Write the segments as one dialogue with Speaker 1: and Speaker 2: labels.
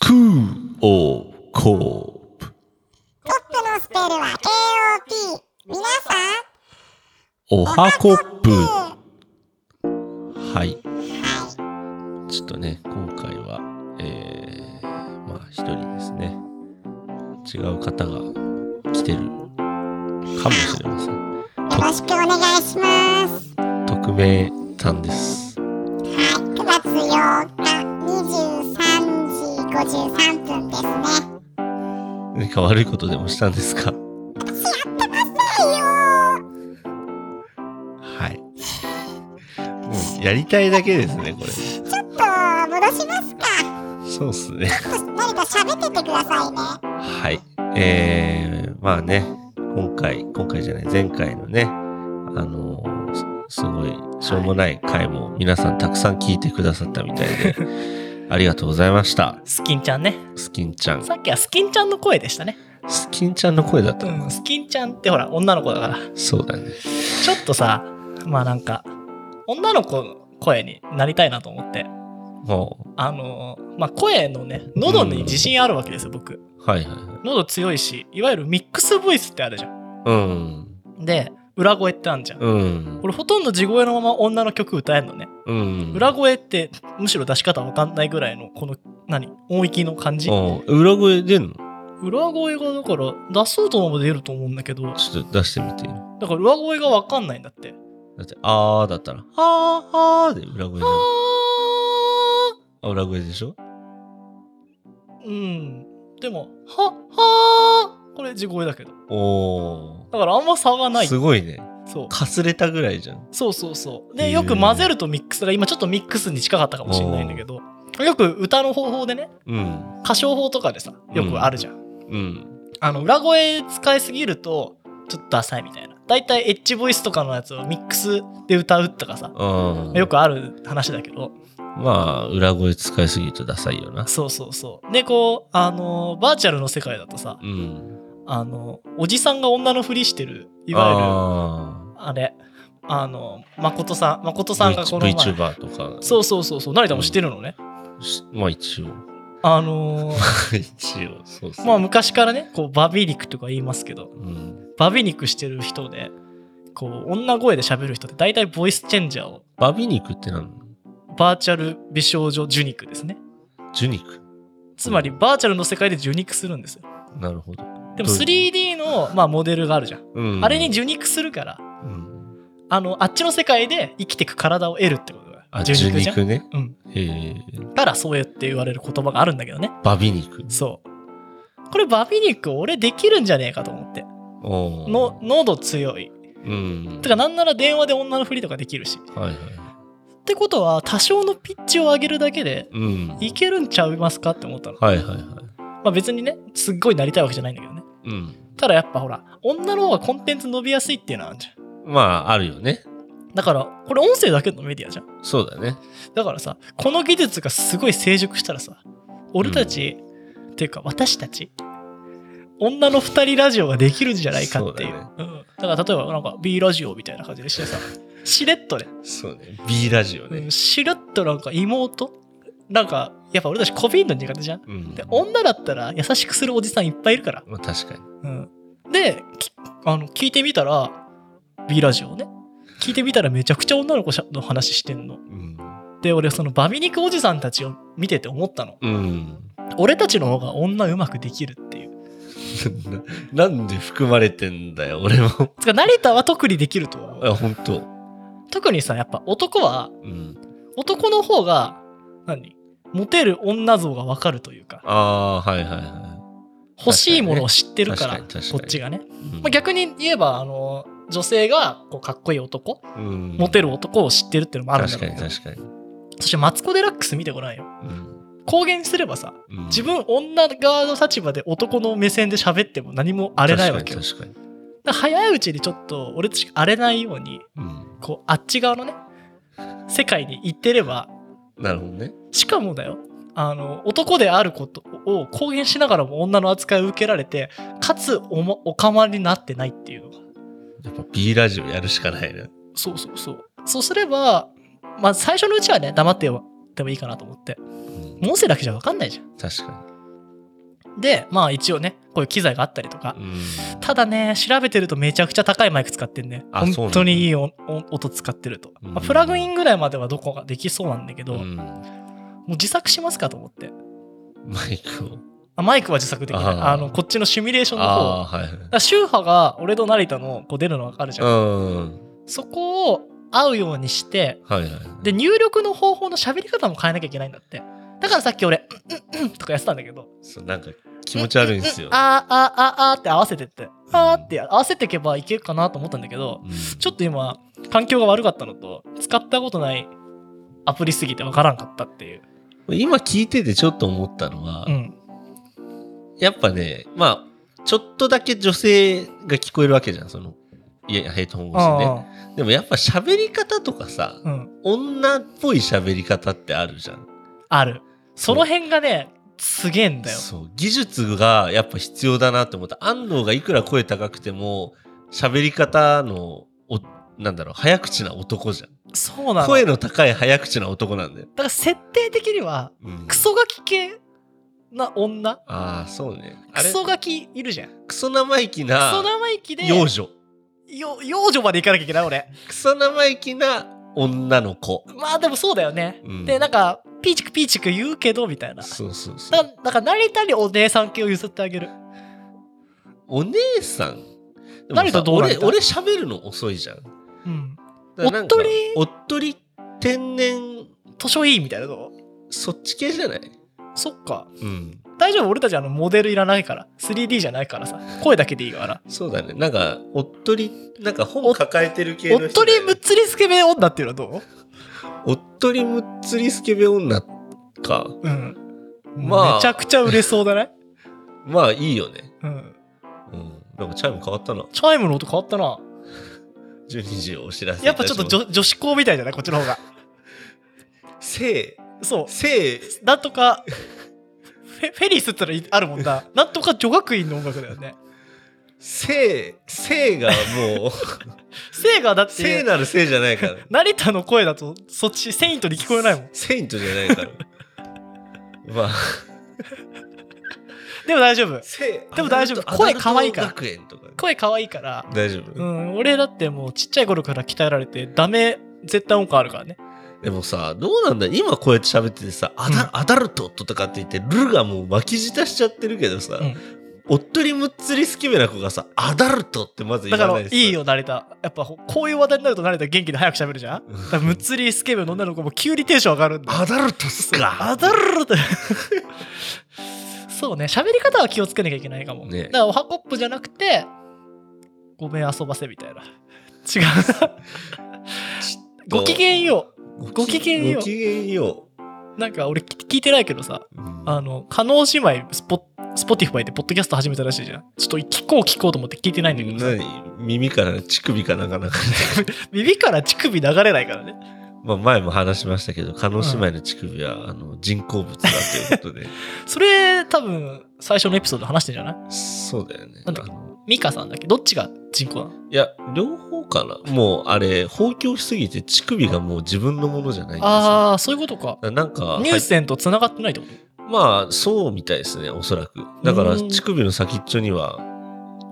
Speaker 1: クーオーコープ
Speaker 2: コップのスペルは KOP。皆さん、
Speaker 1: お
Speaker 2: お
Speaker 1: はコップ
Speaker 2: は
Speaker 1: はい
Speaker 2: い。
Speaker 1: ちょっとね今回はえー、まあ一人ですね違う方が来てるかもしれません
Speaker 2: よろしくお願いします。
Speaker 1: 匿名さんです
Speaker 2: はい。9月8日、23時53分ですね。
Speaker 1: 何か悪いことでもしたんですか
Speaker 2: はいよ
Speaker 1: はいもうやりたいだけですねこれ
Speaker 2: ーちょっと、戻しますか。
Speaker 1: そうっすね
Speaker 2: ちょっと誰か喋っててくださいね。
Speaker 1: はい。えー、まあね、今回、今回じゃない、前回のね、あのーす、すごい、しょうもない回も皆さんたくさん聞いてくださったみたいで、ありがとうございました。
Speaker 3: スキンちゃんね
Speaker 1: スキンちゃん。
Speaker 3: さっきはスキンちゃんの声でしたね、
Speaker 1: スキンちゃんの声だった
Speaker 3: う
Speaker 1: の
Speaker 3: ん、スキンちゃんってほら女の子だから
Speaker 1: そうだね。
Speaker 3: ちょっとさまあなんか女の子の声になりたいなと思って
Speaker 1: も
Speaker 3: あのーまあ声のね喉に自信あるわけですよ僕
Speaker 1: う、はいは
Speaker 3: 喉強いしいわゆるミックスボイスってあるじゃん
Speaker 1: い。うん。
Speaker 3: で裏声ってあるじゃん
Speaker 1: うん。
Speaker 3: 俺ほとんど地声のまま女の曲歌えんのね
Speaker 1: うん。
Speaker 3: 裏声ってむしろ出し方わかんないぐらいのこの何音域の感じ
Speaker 1: おう裏声出んの
Speaker 3: 裏声がだから出そうとも出ると思うんだけど
Speaker 1: ちょっと出してみてよ。
Speaker 3: だから裏声がわかんないんだって。
Speaker 1: だって、あーだったら、あーあーで裏声じゃんあ裏声でしょ
Speaker 3: うん。でも、は、はーこれ地声だけど。
Speaker 1: お
Speaker 3: だからあんま差がな
Speaker 1: ー。
Speaker 3: い。
Speaker 1: す
Speaker 3: そう。
Speaker 1: ごいね。かすれたぐらいじゃん。
Speaker 3: そうそうそう。
Speaker 1: へ
Speaker 3: で、
Speaker 1: ー
Speaker 3: よく混ぜるとミックスが、今ちょっとミックスに近かったかもしれないんだけど、よく歌の方法でね、
Speaker 1: うん。
Speaker 3: 歌唱法とかでさ、よくあるじゃん。
Speaker 1: うん。
Speaker 3: あの、裏声使いすぎると、ちょっとダサいみたいな。だいたいエッジボイスとかのやつをミックスで歌うとかさ、
Speaker 1: うん。
Speaker 3: よくある話だけど、
Speaker 1: まあ、裏声使いすぎるとダサいよな。
Speaker 3: そうそうそう。で、こう、あの、バーチャルの世界だとさ
Speaker 1: う、ん。
Speaker 3: あの、おじさんが女のふりしてる、いわゆ
Speaker 1: あ
Speaker 3: る、あれ、あの、誠さん、誠さんが
Speaker 1: ー
Speaker 3: この前、
Speaker 1: V- VTuber とか。
Speaker 3: そうそうそうそう、成田もしてるのね。
Speaker 1: しまあ一応。
Speaker 3: あの ー
Speaker 1: 一応、そうっすね
Speaker 3: まあ昔からね、こう、バビ肉とか言いますけど、
Speaker 1: うん。
Speaker 3: バビ肉してる人で、こう、女声で喋る人って大体ボイスチェンジャーを、
Speaker 1: バビ肉って何
Speaker 3: バーチャル美少女受肉ですね。
Speaker 1: ジュ肉。
Speaker 3: つまり、バーチャルの世界で受肉するんですよ。
Speaker 1: なるほど。
Speaker 3: でも
Speaker 1: どういう
Speaker 3: 3D の、まあ、モデルがあるじゃん。
Speaker 1: うん。
Speaker 3: あれに受肉するから、
Speaker 1: うん。
Speaker 3: あの、あっちの世界で生きてく体を得るってことだよ。
Speaker 1: あ、
Speaker 3: 受
Speaker 1: ジュ
Speaker 3: 肉じゃん。
Speaker 1: 肉ね。
Speaker 3: うん。
Speaker 1: へえ。
Speaker 3: からそうやって言われる言葉があるんだけどね。
Speaker 1: バビ肉。
Speaker 3: そう。これバビ肉俺できるんじゃねえかと思って。
Speaker 1: おー
Speaker 3: の、喉強い。
Speaker 1: うん。
Speaker 3: てかなんなら電話で女のふりとかできるし。っ
Speaker 1: はいはい。
Speaker 3: てことは多少のピッチを上げるだけで
Speaker 1: うん。
Speaker 3: いけるんちゃいますかって思ったの。
Speaker 1: はいはいはい。
Speaker 3: まあ別にね、すっごいなりたいわけじゃないんだけどね。
Speaker 1: うん。
Speaker 3: ただやっぱほら、女の方がコンテンツ伸びやすいっていうのはあるじゃん。
Speaker 1: まあ、あるよね。
Speaker 3: だから、これ音声だけのメディアじゃん。
Speaker 1: そうだね。
Speaker 3: だからさこの技術がすごい成熟したらさ俺たち、っていうか私たち女の2人ラジオができるんじゃないかっていう
Speaker 1: そうだ
Speaker 3: だ,、
Speaker 1: ね
Speaker 3: うん、だから例えばなんか B ラジオみたいな感じでしてさしれっとね、
Speaker 1: そうね。B ラジオ
Speaker 3: う
Speaker 1: ね
Speaker 3: ん。しれっとなんか妹なんかやっぱ俺たちこびんの苦手じゃん
Speaker 1: うん
Speaker 3: で女だったら優しくするおじさんいっぱいいるから、
Speaker 1: まあ、確かに。
Speaker 3: うん、できあの聞いてみたら B ラジオね聞いてみたらめちゃくちゃ女の子しゃの話してんの
Speaker 1: うん。
Speaker 3: で俺そのバミ肉おじさんたちを見てて思ったの
Speaker 1: うん。
Speaker 3: 俺たちの方が女うまくできるっていう
Speaker 1: ななんで含まれてんだよ、俺も。
Speaker 3: つか成田は特にできると思う
Speaker 1: あ、本当。
Speaker 3: 特にさやっぱ男は
Speaker 1: うん。
Speaker 3: 男の方が何モテる女像がわかるというか
Speaker 1: ああー、はいはいは
Speaker 3: 欲しいものを知ってるか
Speaker 1: 確
Speaker 3: ら
Speaker 1: かに確かに
Speaker 3: こっちが
Speaker 1: い。
Speaker 3: ね、
Speaker 1: うん
Speaker 3: まあ、逆に言えばあの女性がこうかっこいい男、
Speaker 1: うん
Speaker 3: モテる男を知ってるっていうのもあるんだ
Speaker 1: 確
Speaker 3: ろ
Speaker 1: か
Speaker 3: う
Speaker 1: に
Speaker 3: けど
Speaker 1: 確かに。
Speaker 3: そしてマツコ・デラックス見てごらんよ
Speaker 1: うん
Speaker 3: 公言すればさ
Speaker 1: うん
Speaker 3: 自分女側の立場で男の目線で喋っても何も荒れないわけよ
Speaker 1: 確かに確か
Speaker 3: だから早いうちにちょっと俺たち荒れないように
Speaker 1: に。
Speaker 3: こうあっち側のね世界に行ってれば
Speaker 1: うん。なるほどね。
Speaker 3: しかもだよあの男であることを公言しながらも女の扱いを受けられてかつおもおかまになってないっていうのが
Speaker 1: やっぱ B ラジオやるしかないね。
Speaker 3: そうそうそうそうすればまあ最初のうちはね黙ってよでもいいかなと思って
Speaker 1: うん
Speaker 3: 音声だけじゃ分かんないじゃん
Speaker 1: 確か
Speaker 3: で、まあ一応ね、こういう機材があったりとか。
Speaker 1: うん
Speaker 3: ただね、調べてるとめちゃくちゃ高いマイク使ってんね。
Speaker 1: あそうなんだ
Speaker 3: 本当にいい音音使ってると。
Speaker 1: うん
Speaker 3: まあプラグインぐらいまではどこができそうなんだけど、
Speaker 1: うん
Speaker 3: もう自作しますかと思って。
Speaker 1: マイクを。
Speaker 3: あマイクは自作できない。
Speaker 1: あー
Speaker 3: あの、こっちのシミュレーションの方。
Speaker 1: ああ、はい
Speaker 3: だから周波が俺と成田のこう出るのがあるじゃん。
Speaker 1: はい。うん。
Speaker 3: そこを合うようにして、
Speaker 1: はいはい。
Speaker 3: で、入力の方法の喋り方も変えなきゃいけないんだって。だからさっき俺、うんうんうんとかやってたんだけど、
Speaker 1: そうなんか気持ち悪いんですよ。
Speaker 3: あーあーあーあーって合わせてって、あーって合わせていけばいけるかなと思ったんだけど、ちょっと今、環境が悪かったのと、使ったことないアプリすぎてわからんかったっていう。
Speaker 1: うん今聞いててちょっと思ったのは、
Speaker 3: うん。
Speaker 1: やっぱね、まあ、ちょっとだけ女性が聞こえるわけじゃん、その、いや、ヘイトホン越しにね。
Speaker 3: あ
Speaker 1: でもやっぱ喋り方とかさ
Speaker 3: ー、うん。
Speaker 1: 女っぽい喋り方ってあるじゃん。
Speaker 3: ある。その辺がね、すげえんだよ。
Speaker 1: そう。技術がやっぱ必要だなって思った。安藤がいくら声高くても、喋り方の、おなんだろう、早口な男じゃん。
Speaker 3: そうなの。
Speaker 1: 声
Speaker 3: だか
Speaker 1: の高い早口な男なんだよ。
Speaker 3: ら設定的には、
Speaker 1: うん
Speaker 3: クソガキ系な女
Speaker 1: ああ、そうね。あ
Speaker 3: ク
Speaker 1: れ
Speaker 3: ソガキいるじゃん。ク
Speaker 1: クソ生意気な
Speaker 3: ソ生意気で、
Speaker 1: 幼女。
Speaker 3: よ幼女までいかなきゃいけない俺。
Speaker 1: クソ生意気な女の子。
Speaker 3: まあでもそうだよね。
Speaker 1: うん
Speaker 3: で、なんか、ピーチクピーチク言うけど、みたいな。
Speaker 1: そうそうそう
Speaker 3: だ。だから成田にお姉さん系を譲ってあげる。
Speaker 1: お姉さんでもさ
Speaker 3: 誰とどうなり
Speaker 1: 俺
Speaker 3: たい
Speaker 1: 俺喋るの遅いじゃん。だか
Speaker 3: うん。
Speaker 1: らなんか
Speaker 3: おっとり
Speaker 1: おっとり天然
Speaker 3: 図書いいみたいなの
Speaker 1: そっち系じゃない
Speaker 3: そっか。
Speaker 1: うん。
Speaker 3: 大丈夫俺たちあのモデルいらないから。3D じゃないからさ。声だけでいいから。
Speaker 1: そうだね。なんか、おっとり、なんか本抱えてる系
Speaker 3: お
Speaker 1: の
Speaker 3: っ
Speaker 1: 人
Speaker 3: と
Speaker 1: だ
Speaker 3: り
Speaker 1: よ
Speaker 3: むっ
Speaker 1: ね、
Speaker 3: つりスケベ女っていうのはど
Speaker 1: おっとりむっつりスケベ女か。
Speaker 3: ううん。
Speaker 1: まあ
Speaker 3: めちゃくちゃ売れそうだね。
Speaker 1: まあいいよね。
Speaker 3: うん。
Speaker 1: うん。なんかチャイム変わったな。
Speaker 3: チャイムの音変わったな。
Speaker 1: 12時お知らせい
Speaker 3: やったぱちょっと
Speaker 1: します
Speaker 3: 女女子校みたいじゃないこっちの方が。
Speaker 1: 性、
Speaker 3: そう。
Speaker 1: 性、
Speaker 3: なんとか、フェフェリスってのあるもんな。なんとか女学院の音楽だよね。
Speaker 1: 性、性がもう、
Speaker 3: セイガーだっ
Speaker 1: 性
Speaker 3: て、
Speaker 1: なる性じゃないから。
Speaker 3: 成田の声だとそっち、セイントに聞こえないもん。
Speaker 1: セイントじゃないから。まあ、
Speaker 3: でも大丈夫。
Speaker 1: せ
Speaker 3: でも大丈夫
Speaker 1: アダルト
Speaker 3: 声可愛いから
Speaker 1: アダルト学園とかね
Speaker 3: 声可愛いから、
Speaker 1: 大丈夫、
Speaker 3: うん、俺だってもうちっちゃい頃から鍛えられて、ダメ、絶対音感あるからね。
Speaker 1: でもさどうなんだ今こうやって喋っててさアダ,、
Speaker 3: うん
Speaker 1: アダルトとかって言ってルがもう巻き舌しちゃってるけどさ、
Speaker 3: うん
Speaker 1: おっとりむっつりスケベな子がさアダルトってまず
Speaker 3: だ
Speaker 1: 言
Speaker 3: か
Speaker 1: わな
Speaker 3: ら、
Speaker 1: いで
Speaker 3: い
Speaker 1: す
Speaker 3: いよ、成田。やっぱ、こういう話題になると成田元気で早く喋るじゃん
Speaker 1: うん
Speaker 3: だからむっつりスケベの女の子も急にテンション上がるんだよ。
Speaker 1: アダルトっすか
Speaker 3: あだるるって。そうね、喋り方は気をつけなきゃいけないかも。
Speaker 1: ね
Speaker 3: だから、おはこっぷじゃなくて、ごめん遊ばせみたいな。違う な。ごきげんよ
Speaker 1: う
Speaker 3: ごきげんよう
Speaker 1: ごきげんよ
Speaker 3: う。なんか俺き聞いてないけどさ、
Speaker 1: う、うん
Speaker 3: あの、加納姉妹スポ、スポティファイでポッドキャスト始めたらしいじゃん。ちょっと聞こう聞こうと思って聞いてないんだけどさ、
Speaker 1: 何耳から乳首かなんかなんか、
Speaker 3: 耳から乳首流れないからね。
Speaker 1: まあ、前も話しましたけど叶姉妹の乳首は、あの人工物だということ で
Speaker 3: それ、多分、最初のエピソードで話してんじゃない
Speaker 1: そうだよね
Speaker 3: なんだっけ
Speaker 1: あの
Speaker 3: ミカさんだっけどっちが人工なの
Speaker 1: いや、両方かな。もう、あれ、放狂しすぎて、乳首がもう自分のものじゃないんですよ。
Speaker 3: ああ、そういうことか。
Speaker 1: ななんか、
Speaker 3: ニューセンと繋がってないってこと
Speaker 1: はいまあ、そうみたいですね、おそらく。だか
Speaker 3: う
Speaker 1: ら、
Speaker 3: ーん
Speaker 1: 乳首の先っちょには、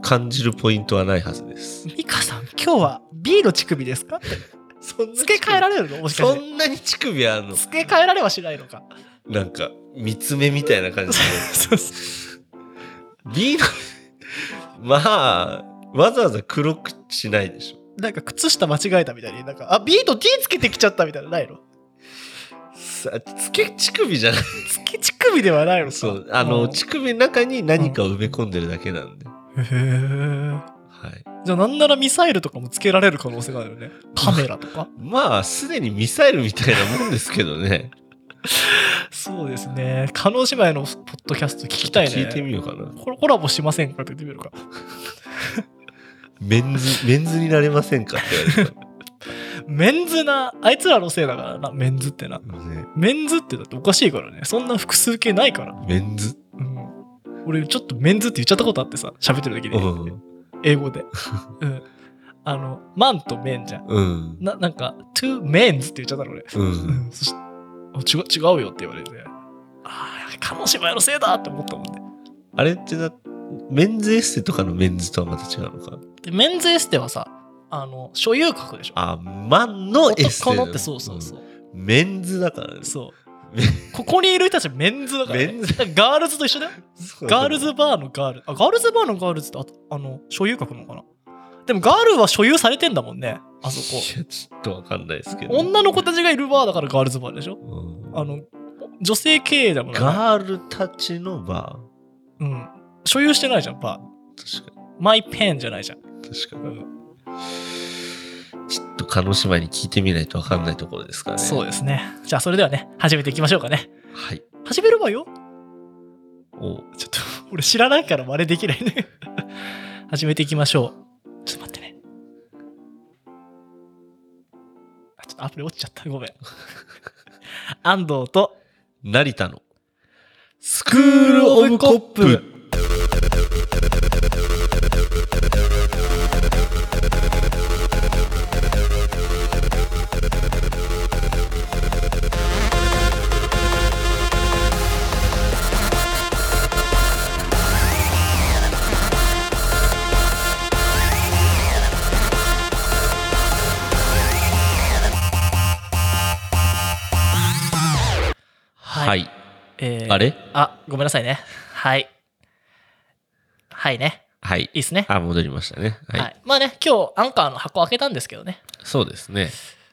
Speaker 1: 感じるポイントはないはずです。
Speaker 3: ミカさん、今日は B の乳首ですかって
Speaker 1: そん
Speaker 3: 付け替えられるのもしか
Speaker 1: そ
Speaker 3: して。
Speaker 1: んなに乳首あんの
Speaker 3: 付け替えられはしないのか。
Speaker 1: なんか、三つ目みたいな感じで。
Speaker 3: そうそう
Speaker 1: B の、まあ、わざわざ黒くしないでしょ。
Speaker 3: なんか靴下間違えたみたいに、なんか、あ、B と D つけてきちゃったみたいな、ないの
Speaker 1: さつけ乳首じゃない。
Speaker 3: つけ乳首ではないのか。
Speaker 1: そう。あの、
Speaker 3: ん
Speaker 1: 乳首の中に何かを埋め込んでるだけなんで。
Speaker 3: へえ。
Speaker 1: はい。
Speaker 3: じゃあ、なんならミサイルとかもつけられる可能性があるよね。カメラとか。
Speaker 1: まあ、すでにミサイルみたいなもんですけど ね。
Speaker 3: そうですね。加納姉妹のポッドキャスト聞きたいね。
Speaker 1: 聞いてみようかな。
Speaker 3: コラコラボしませんかって言ってみるか。
Speaker 1: メンズ、メンズになれませんかって言われた
Speaker 3: メンズな、あいつらのせいだからな、メンズってな。
Speaker 1: ら。ね、
Speaker 3: メンズってだっておかしいからね。そんな複数形ないから。
Speaker 1: メンズ。
Speaker 3: うん俺ちょっとメンズって言っちゃったことあってさ喋ってる時
Speaker 1: う
Speaker 3: に
Speaker 1: ん。
Speaker 3: 英語で、うん、あのマンとメンじゃん
Speaker 1: うん。
Speaker 3: ななんか two men's って言っちゃったの俺、
Speaker 1: う。
Speaker 3: うんん、そしてあ違う違うよって言われてああ叶姉妹のせいだって思ったもんね
Speaker 1: あれってだ、メンズエステとかのメンズとはまた違うのか。
Speaker 3: でメンズエステはさあの所有格でしょ
Speaker 1: あ、マンのエステ
Speaker 3: 男
Speaker 1: だよ。
Speaker 3: のってそうそうそう、
Speaker 1: うん。メンズだからね。
Speaker 3: そうここにいる人たちメンズだから、ね、
Speaker 1: メンズ
Speaker 3: だからガールズと一緒だよ
Speaker 1: そう
Speaker 3: ガールズバーのガールあガールズバーのガールズってああの所有格なのかなでもガールは所有されてんだもんねあそこ
Speaker 1: いやちょっとわかんないですけど。
Speaker 3: 女の子たちがいるバーだからガールズバーでしょ
Speaker 1: うん
Speaker 3: あの女性経営だもんね
Speaker 1: ガールたちのバ
Speaker 3: うん所有してないじゃんバー
Speaker 1: ー。確か
Speaker 3: マイペンじゃないじゃん、
Speaker 1: に。確か
Speaker 3: う
Speaker 1: に。
Speaker 3: ん
Speaker 1: ちょっと、鹿児島に聞いてみないとわかんないところですからね。
Speaker 3: そう
Speaker 1: す。
Speaker 3: ですねじゃあそれではね始めていきましょうかね
Speaker 1: はい。
Speaker 3: 始めるわよ
Speaker 1: お
Speaker 3: ちょっと俺知らないから真似できないね始めていきましょうちょっと待ってねあちょっとアプリ落ちちゃったごめん安藤と
Speaker 1: 成田の
Speaker 3: スクール・オブ・コップ
Speaker 1: はい、
Speaker 3: はいえー
Speaker 1: あれ
Speaker 3: あごめんなさいねはいはいね
Speaker 1: はい
Speaker 3: いいっすね
Speaker 1: あ戻りましたねは、
Speaker 3: はいい、まあね今日アンカーの箱開けたんですけどね
Speaker 1: そうですね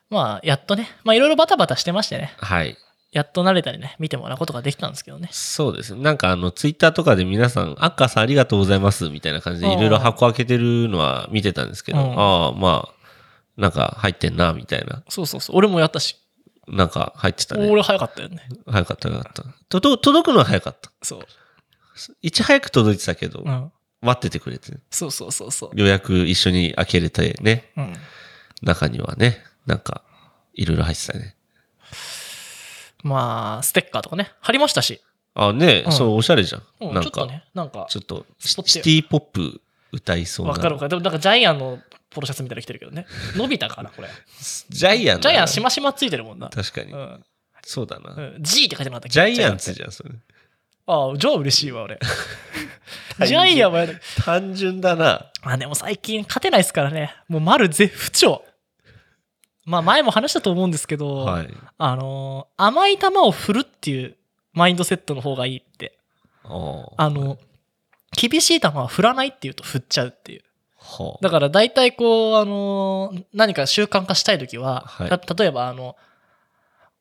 Speaker 3: まあやっとねまあいろいろバタバタしてましてね
Speaker 1: はい
Speaker 3: やっと慣れたりね見てもらうことができたんですけどね
Speaker 1: そうですなんかあのツイッターとかで皆さん「アッカーさんありがとうございます」みたいな感じでいろいろ箱開けてるのは見てたんですけど、
Speaker 3: うん
Speaker 1: ああまあなんか入ってんなみたいな
Speaker 3: そうそうそう俺もやったし
Speaker 1: なんか入ってたね
Speaker 3: 俺早かったよね
Speaker 1: 早かった早かったとと届くのは早かった
Speaker 3: そう、
Speaker 1: いち早く届いてたけど、
Speaker 3: うん、
Speaker 1: 待っててくれて
Speaker 3: そうそうそうそう、
Speaker 1: 予約一緒に開けれてね
Speaker 3: うん、
Speaker 1: 中にはねなんかいろいろ入ってたね
Speaker 3: まあステッカーとかね貼りましたし、
Speaker 1: あね、
Speaker 3: うん
Speaker 1: そうおしゃれじゃん、
Speaker 3: うん、
Speaker 1: な
Speaker 3: ち
Speaker 1: ん
Speaker 3: ょっと
Speaker 1: か
Speaker 3: ねなんか
Speaker 1: ちょっと
Speaker 3: スポット
Speaker 1: シティポップ歌いそうな。
Speaker 3: わかるわかるでもなんかジャイアンのポロシャツみたいなの着てるけどね伸びたかなこれ
Speaker 1: ジャイアンだな
Speaker 3: ジャイアンしましまついてるもんな、
Speaker 1: 確かに
Speaker 3: う。ん
Speaker 1: そうだな。
Speaker 3: うん、G って書いてなかったっけ
Speaker 1: ジャイアンツ
Speaker 3: って
Speaker 1: じゃん、それ。
Speaker 3: ああじゃあ嬉しいわ俺ジャ イアンはやだ
Speaker 1: 単純だな。
Speaker 3: まあでも最近勝てないですからね。もう丸絶不調。まあ前も話したと思うんですけど、
Speaker 1: はい。
Speaker 3: あのー甘い球を振るっていうマインドセットの方がいいって。
Speaker 1: ああ。
Speaker 3: あの、厳しい球は振らないっていうと振っちゃうっていう。
Speaker 1: はあ
Speaker 3: だから大体こう、あのー何か習慣化したい時は、
Speaker 1: はい
Speaker 3: た例えばあの、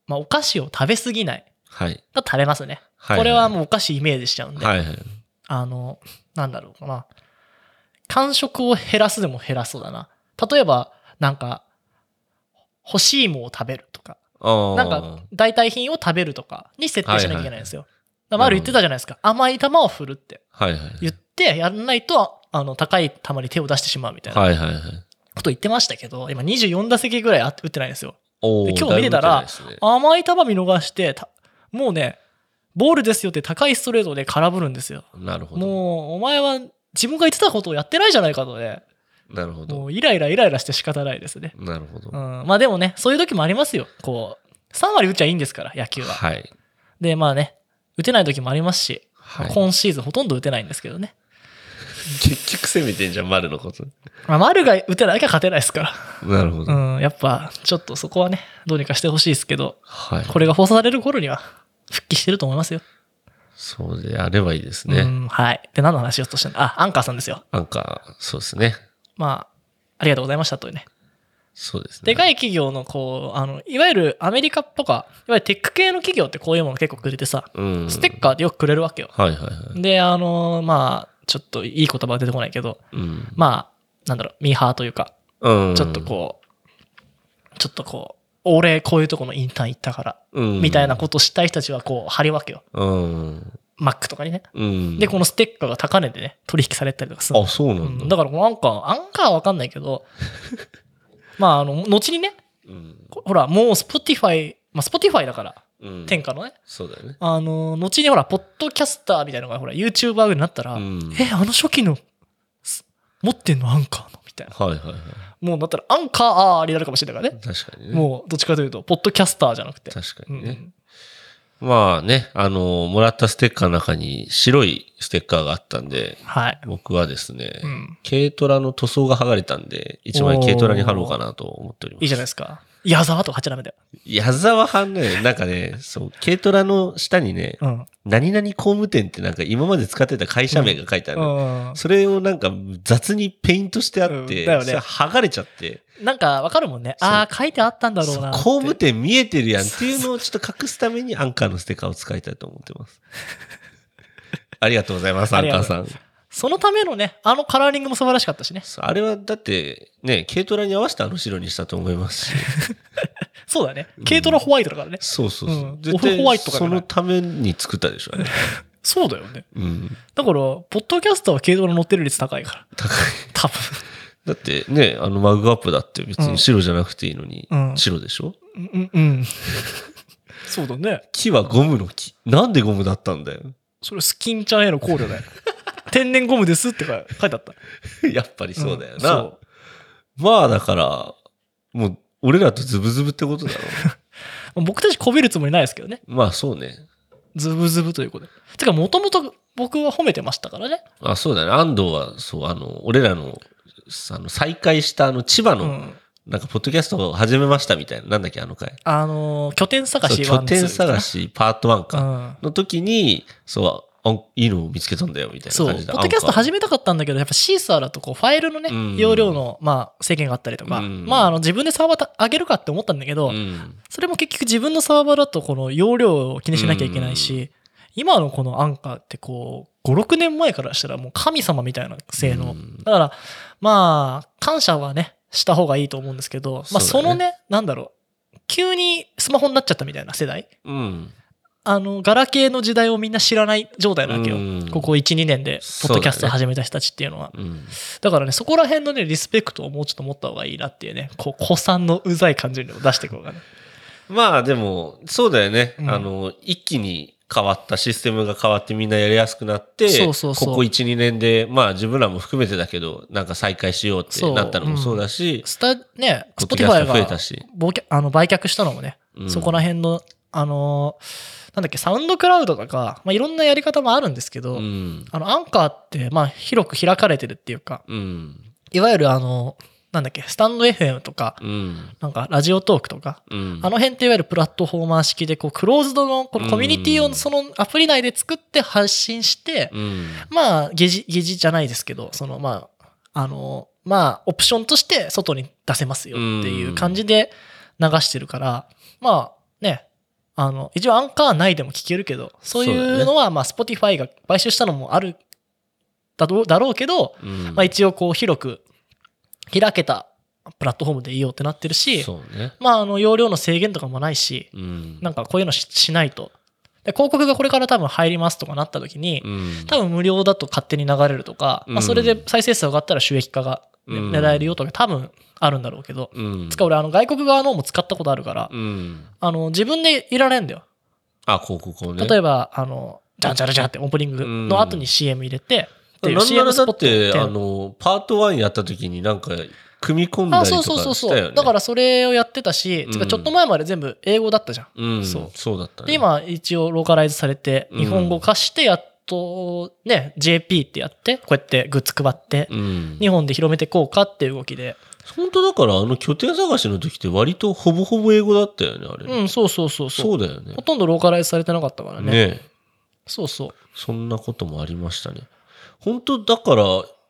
Speaker 3: まあお菓子を食べ過ぎない。
Speaker 1: はい。
Speaker 3: だと食べますね。
Speaker 1: はい。
Speaker 3: これはもうお菓子イメージしちゃうんで、
Speaker 1: はいはい。
Speaker 3: あの、なんだろうかな。感触を減らすでも減らそうだな。例えば、なんか、欲しいものを食べるとか、
Speaker 1: ああ。
Speaker 3: なんか、代替品を食べるとかに設定しなきゃいけないんですよ。だから
Speaker 1: な
Speaker 3: 丸
Speaker 1: る
Speaker 3: 言っ
Speaker 1: ほど
Speaker 3: てたじゃないですか。甘い球を振るって
Speaker 1: はいはい。
Speaker 3: 言って、やんないと、あの、高い球に手を出してしまうみたいな
Speaker 1: はいはいはい。
Speaker 3: こと言ってましたけど、今24打席ぐらい打ってないんですよ。
Speaker 1: おお。
Speaker 3: で今日見てたら
Speaker 1: だいぶじゃないですね
Speaker 3: 甘い球見逃して、たもうね、ボールですよって高いストレートで空振るんですよ。
Speaker 1: なるほど。
Speaker 3: もう、お前は自分が言ってたことをやってないじゃないかとね、
Speaker 1: なるほ
Speaker 3: も
Speaker 1: ど。
Speaker 3: うイライライライラして仕方ないですね。
Speaker 1: なるほど
Speaker 3: うん、。まあでもね、そういう時もありますよ。こう、3割打っちゃいいんですから、野球は。
Speaker 1: はい。
Speaker 3: で、まあね、打てない時もありますし、
Speaker 1: はい。
Speaker 3: 今シーズンほとんど打てないんですけどね。
Speaker 1: 結局攻めてんじゃん、丸のこと。
Speaker 3: まあ、丸が打てなきゃ勝てないですか
Speaker 1: なるほど。
Speaker 3: ら。うん、やっぱ、ちょっとそこはね、どうにかしてほしいですけど、
Speaker 1: はい。
Speaker 3: これが放送される頃には、復帰してると思いますよ。
Speaker 1: そうであればいいです
Speaker 3: う
Speaker 1: ね。
Speaker 3: ん、はい。で、何の話をしようとしたのあ、アンカーさんですよ。
Speaker 1: なんか、そうですね。
Speaker 3: まあ、ありがとうございましたというね。
Speaker 1: そうですね。
Speaker 3: でかい企業のこうあのいわゆるアメリカとかいわゆるテック系の企業ってこういうもの結構くれてさ
Speaker 1: うん。
Speaker 3: ステッカーでよくくれるわけよ、
Speaker 1: はいはいはい。
Speaker 3: であのまあちょっといい言葉は出てこないけど
Speaker 1: うん。
Speaker 3: まあなんだろうミーハーというか
Speaker 1: うん、
Speaker 3: ちょっとこう、ちょっとこう俺こういうとこのインターン行ったから、
Speaker 1: うん、
Speaker 3: みたいなことしたい人たちはこう貼るわけよ
Speaker 1: うん。
Speaker 3: マックとかにね
Speaker 1: うん。
Speaker 3: でこのステッカーが高値でね取引されたりとかするの
Speaker 1: あ、そうな
Speaker 3: うん
Speaker 1: だ。
Speaker 3: んだからこのアンカーアンカーは分かんないけど まああの後にね
Speaker 1: うん。
Speaker 3: こほら、もう Spotify、まあ、Spotify だから、
Speaker 1: うん
Speaker 3: 天下のね。
Speaker 1: そうだよね。
Speaker 3: あの、後にほら、ポッドキャスターみたいなのが、ほら、YouTuber になったら、
Speaker 1: うん
Speaker 3: え、あの初期の、す持ってんのアンカーのみたいな。
Speaker 1: はいはいはい。
Speaker 3: もうだったら、アンカーあーになるかもしれないからね。
Speaker 1: 確かにね。
Speaker 3: もう、どっちかというと、ポッドキャスターじゃなくて。
Speaker 1: 確か
Speaker 3: う
Speaker 1: にね。
Speaker 3: ん
Speaker 1: まあね、あの、もらったステッカーの中に白いステッカーがあったんで、
Speaker 3: はい。
Speaker 1: 僕はですね、
Speaker 3: うん。
Speaker 1: 軽トラの塗装が剥がれたんで、一枚軽トラに貼ろうかなと思っております。
Speaker 3: いいじゃないですか。矢沢とか貼っちゃダメだよ。
Speaker 1: 矢沢はね、なんかね、そう、軽トラの下にね、
Speaker 3: うん。
Speaker 1: 何々工務店ってなんか今まで使ってた会社名が書いてある。
Speaker 3: うん。
Speaker 1: それをなんか雑にペイントしてあって、
Speaker 3: うんだよね
Speaker 1: それ剥がれちゃって、
Speaker 3: なんかわかるもんね。ああ、書いてあったんだろうなって。
Speaker 1: そう工務店見えてるやんっていうのをちょっと隠すためにアンカーのステッカーを使いたいと思って ます。ありがとうございます、アンカーさん。
Speaker 3: そのためのね、あのカラーリングも素晴らしかったしね。
Speaker 1: そうあれはだってね、軽トラに合わせてあの白にしたと思いますし。
Speaker 3: そうだね。軽トラホワイトだからね。
Speaker 1: そうそうそう。
Speaker 3: うん
Speaker 1: 絶
Speaker 3: オフホワイ
Speaker 1: 対
Speaker 3: トとかじ
Speaker 1: そ
Speaker 3: ゃない
Speaker 1: のために作ったでしょ、あ れ。
Speaker 3: そうだよね。
Speaker 1: うん。
Speaker 3: だから、ポッドキャスターは軽トラ乗ってる率高いから。
Speaker 1: 高い。
Speaker 3: 多分。
Speaker 1: だってね、あのマグカップだって別に白じゃなくていいのに、
Speaker 3: うん
Speaker 1: 白でしょ
Speaker 3: うん、うん。そうだね。
Speaker 1: 木はゴムの木。なんでゴムだったんだよ。
Speaker 3: それスキンちゃんへの考慮だ よ。天然ゴムですってか書いてあった。
Speaker 1: やっぱりそうだよ
Speaker 3: ん
Speaker 1: な。
Speaker 3: そう
Speaker 1: まあだから、もう俺らとズブズブってことだろ。
Speaker 3: 僕たちこびるつもりないですけどね。
Speaker 1: まあそうね。
Speaker 3: ズブズブということで。てか、もともと僕は褒めてましたからね。
Speaker 1: あ、そうだね。安藤は、そう、あの、俺らの、あの、再会したあの、千葉
Speaker 3: う
Speaker 1: の、
Speaker 3: ん。
Speaker 1: なんか、ポッドキャストを始めましたみたいな。なんだっけ、あの回。
Speaker 3: あのー拠点探
Speaker 1: そう
Speaker 3: し
Speaker 1: 拠点探
Speaker 3: し。
Speaker 1: し、パート1
Speaker 3: う
Speaker 1: か。
Speaker 3: ん。
Speaker 1: の時に、そうあ、いいのを見つけたんだよ、みたい
Speaker 3: そ
Speaker 1: な
Speaker 3: う、ポ
Speaker 1: 感じで。
Speaker 3: ッドキャスト
Speaker 1: アンカー
Speaker 3: 始めたかったんだけど、やっぱシーサーだとこうファイルのね、
Speaker 1: うん
Speaker 3: 容量の、まあ、制限があったりとか、
Speaker 1: うん
Speaker 3: まあ、あの自分でサーバーた上げるかって思ったんだけど、
Speaker 1: うん。
Speaker 3: それも結局自分のサーバーだとこの容量を気にしなきゃいけないし、今のこのアンカーってこう、5、6年前からしたらもう神様みたいな性能。
Speaker 1: うん
Speaker 3: だから、まあ、感謝はね、した方がいいと思うんですけど、ま
Speaker 1: そ
Speaker 3: あ、そう
Speaker 1: だね
Speaker 3: のね、なんだろう、急にスマホになっちゃったみたいな世代
Speaker 1: うん。
Speaker 3: あの、ガラケーの時代をみんな知らない状態なわけよ。
Speaker 1: うん
Speaker 3: ここ1、2年で、ポッドキャス
Speaker 1: そうだ
Speaker 3: トを
Speaker 1: ね
Speaker 3: 始めた人たちっていうのは。だ
Speaker 1: うん。
Speaker 3: からね、そこら辺のね、リスペクトをもうちょっと持った方がいいなっていうね、こう、子さんのうざい感じを出していこうかな。
Speaker 1: まあでも、そうだよね。
Speaker 3: うん
Speaker 1: あの、一気に変わった、システムが変わってみんなやりやすくなって、
Speaker 3: そうそうそう
Speaker 1: ここ1、2年で、まあ自分らも含めてだけど、なんか再開しようってなったのもそうだし、
Speaker 3: スタ、ね、
Speaker 1: ポ
Speaker 3: ス
Speaker 1: ッドキ
Speaker 3: ポテ
Speaker 1: ャ
Speaker 3: ィ
Speaker 1: ス
Speaker 3: フ
Speaker 1: ト
Speaker 3: ァ
Speaker 1: 増
Speaker 3: イ
Speaker 1: えた
Speaker 3: が、
Speaker 1: し、
Speaker 3: 売却あの売却したのもね、
Speaker 1: うん
Speaker 3: そこら辺の、あのーなんだっけ、サウンドクラウドとか、まあ、いろんなやり方もあるんですけど、
Speaker 1: うん。
Speaker 3: あの、アンカーって、まあ、広く開かれてるっていうか、
Speaker 1: うん。
Speaker 3: いわゆるあの、なんだっけ、スタンド FM とか、
Speaker 1: うん。
Speaker 3: なんか、ラジオトークとか、
Speaker 1: うん。
Speaker 3: あの辺っていわゆるプラットフォーマー式で、こう、クローズドの、このコミュニティ
Speaker 1: う
Speaker 3: を
Speaker 1: ん
Speaker 3: そのアプリ内で作って発信して、
Speaker 1: うん。
Speaker 3: まあ、ゲジ、ゲジじゃないですけど、その、まあ、あの、まあ、オプションとして外に出せますよっていう感じで流してるから、まあ、ね、あの、一応アンカー内でも聞けるけど、そうい
Speaker 1: そうだよね
Speaker 3: うのは、まあ、Spotify が買収したのもある、だろうだろうけど、
Speaker 1: うん
Speaker 3: まあ、一応こう、広く開けたプラットフォームでいいよってなってるし、
Speaker 1: そうね。
Speaker 3: まあ、あの、容量の制限とかもないし、
Speaker 1: うん。
Speaker 3: なんかこういうのししないと。で、広告がこれから多分入りますとかなった時に、
Speaker 1: うん
Speaker 3: 多分無料だと勝手に流れるとか、
Speaker 1: う
Speaker 3: ま
Speaker 1: ん
Speaker 3: あ、それで再生数上がったら収益化が、ね
Speaker 1: うん
Speaker 3: 狙えるよとか多分あるんだろうけど、
Speaker 1: うん。
Speaker 3: つか俺あの外国側のも使ったことあるから、
Speaker 1: うん。
Speaker 3: あの自分でいられんだよ
Speaker 1: あ、広告をね。
Speaker 3: 例えばあのジャンジャラジャンってオープニングの後に CM 入れて、っていう
Speaker 1: なんな
Speaker 3: CM
Speaker 1: ら
Speaker 3: ス
Speaker 1: だ
Speaker 3: ポッ
Speaker 1: っ
Speaker 3: トや
Speaker 1: て、あ
Speaker 3: って
Speaker 1: の、パート1やった時になんか、組み込んだ
Speaker 3: あ
Speaker 1: りと
Speaker 3: そう
Speaker 1: か
Speaker 3: そうそう
Speaker 1: し
Speaker 3: そ
Speaker 1: た
Speaker 3: う、
Speaker 1: よね。
Speaker 3: だからそれをやってたし、
Speaker 1: うん
Speaker 3: つかちょっと前まで全部英語だったじゃん
Speaker 1: うん、
Speaker 3: そう
Speaker 1: そうだったね。
Speaker 3: で、今一応ローカライズされて
Speaker 1: うん
Speaker 3: 日本語化してやっとね JP ってやってこうやってグッズ配って
Speaker 1: うん、
Speaker 3: 日本で広めてこうかっていう動きで
Speaker 1: 本当だからあの拠点探しの時って割とほぼほぼ英語だったよねあれ、
Speaker 3: うん、そうそうそうそう。
Speaker 1: そうだよね
Speaker 3: ほとんどローカライズされてなかったからね。
Speaker 1: ねえ
Speaker 3: そうそう。
Speaker 1: そんなこともありましたね本当だから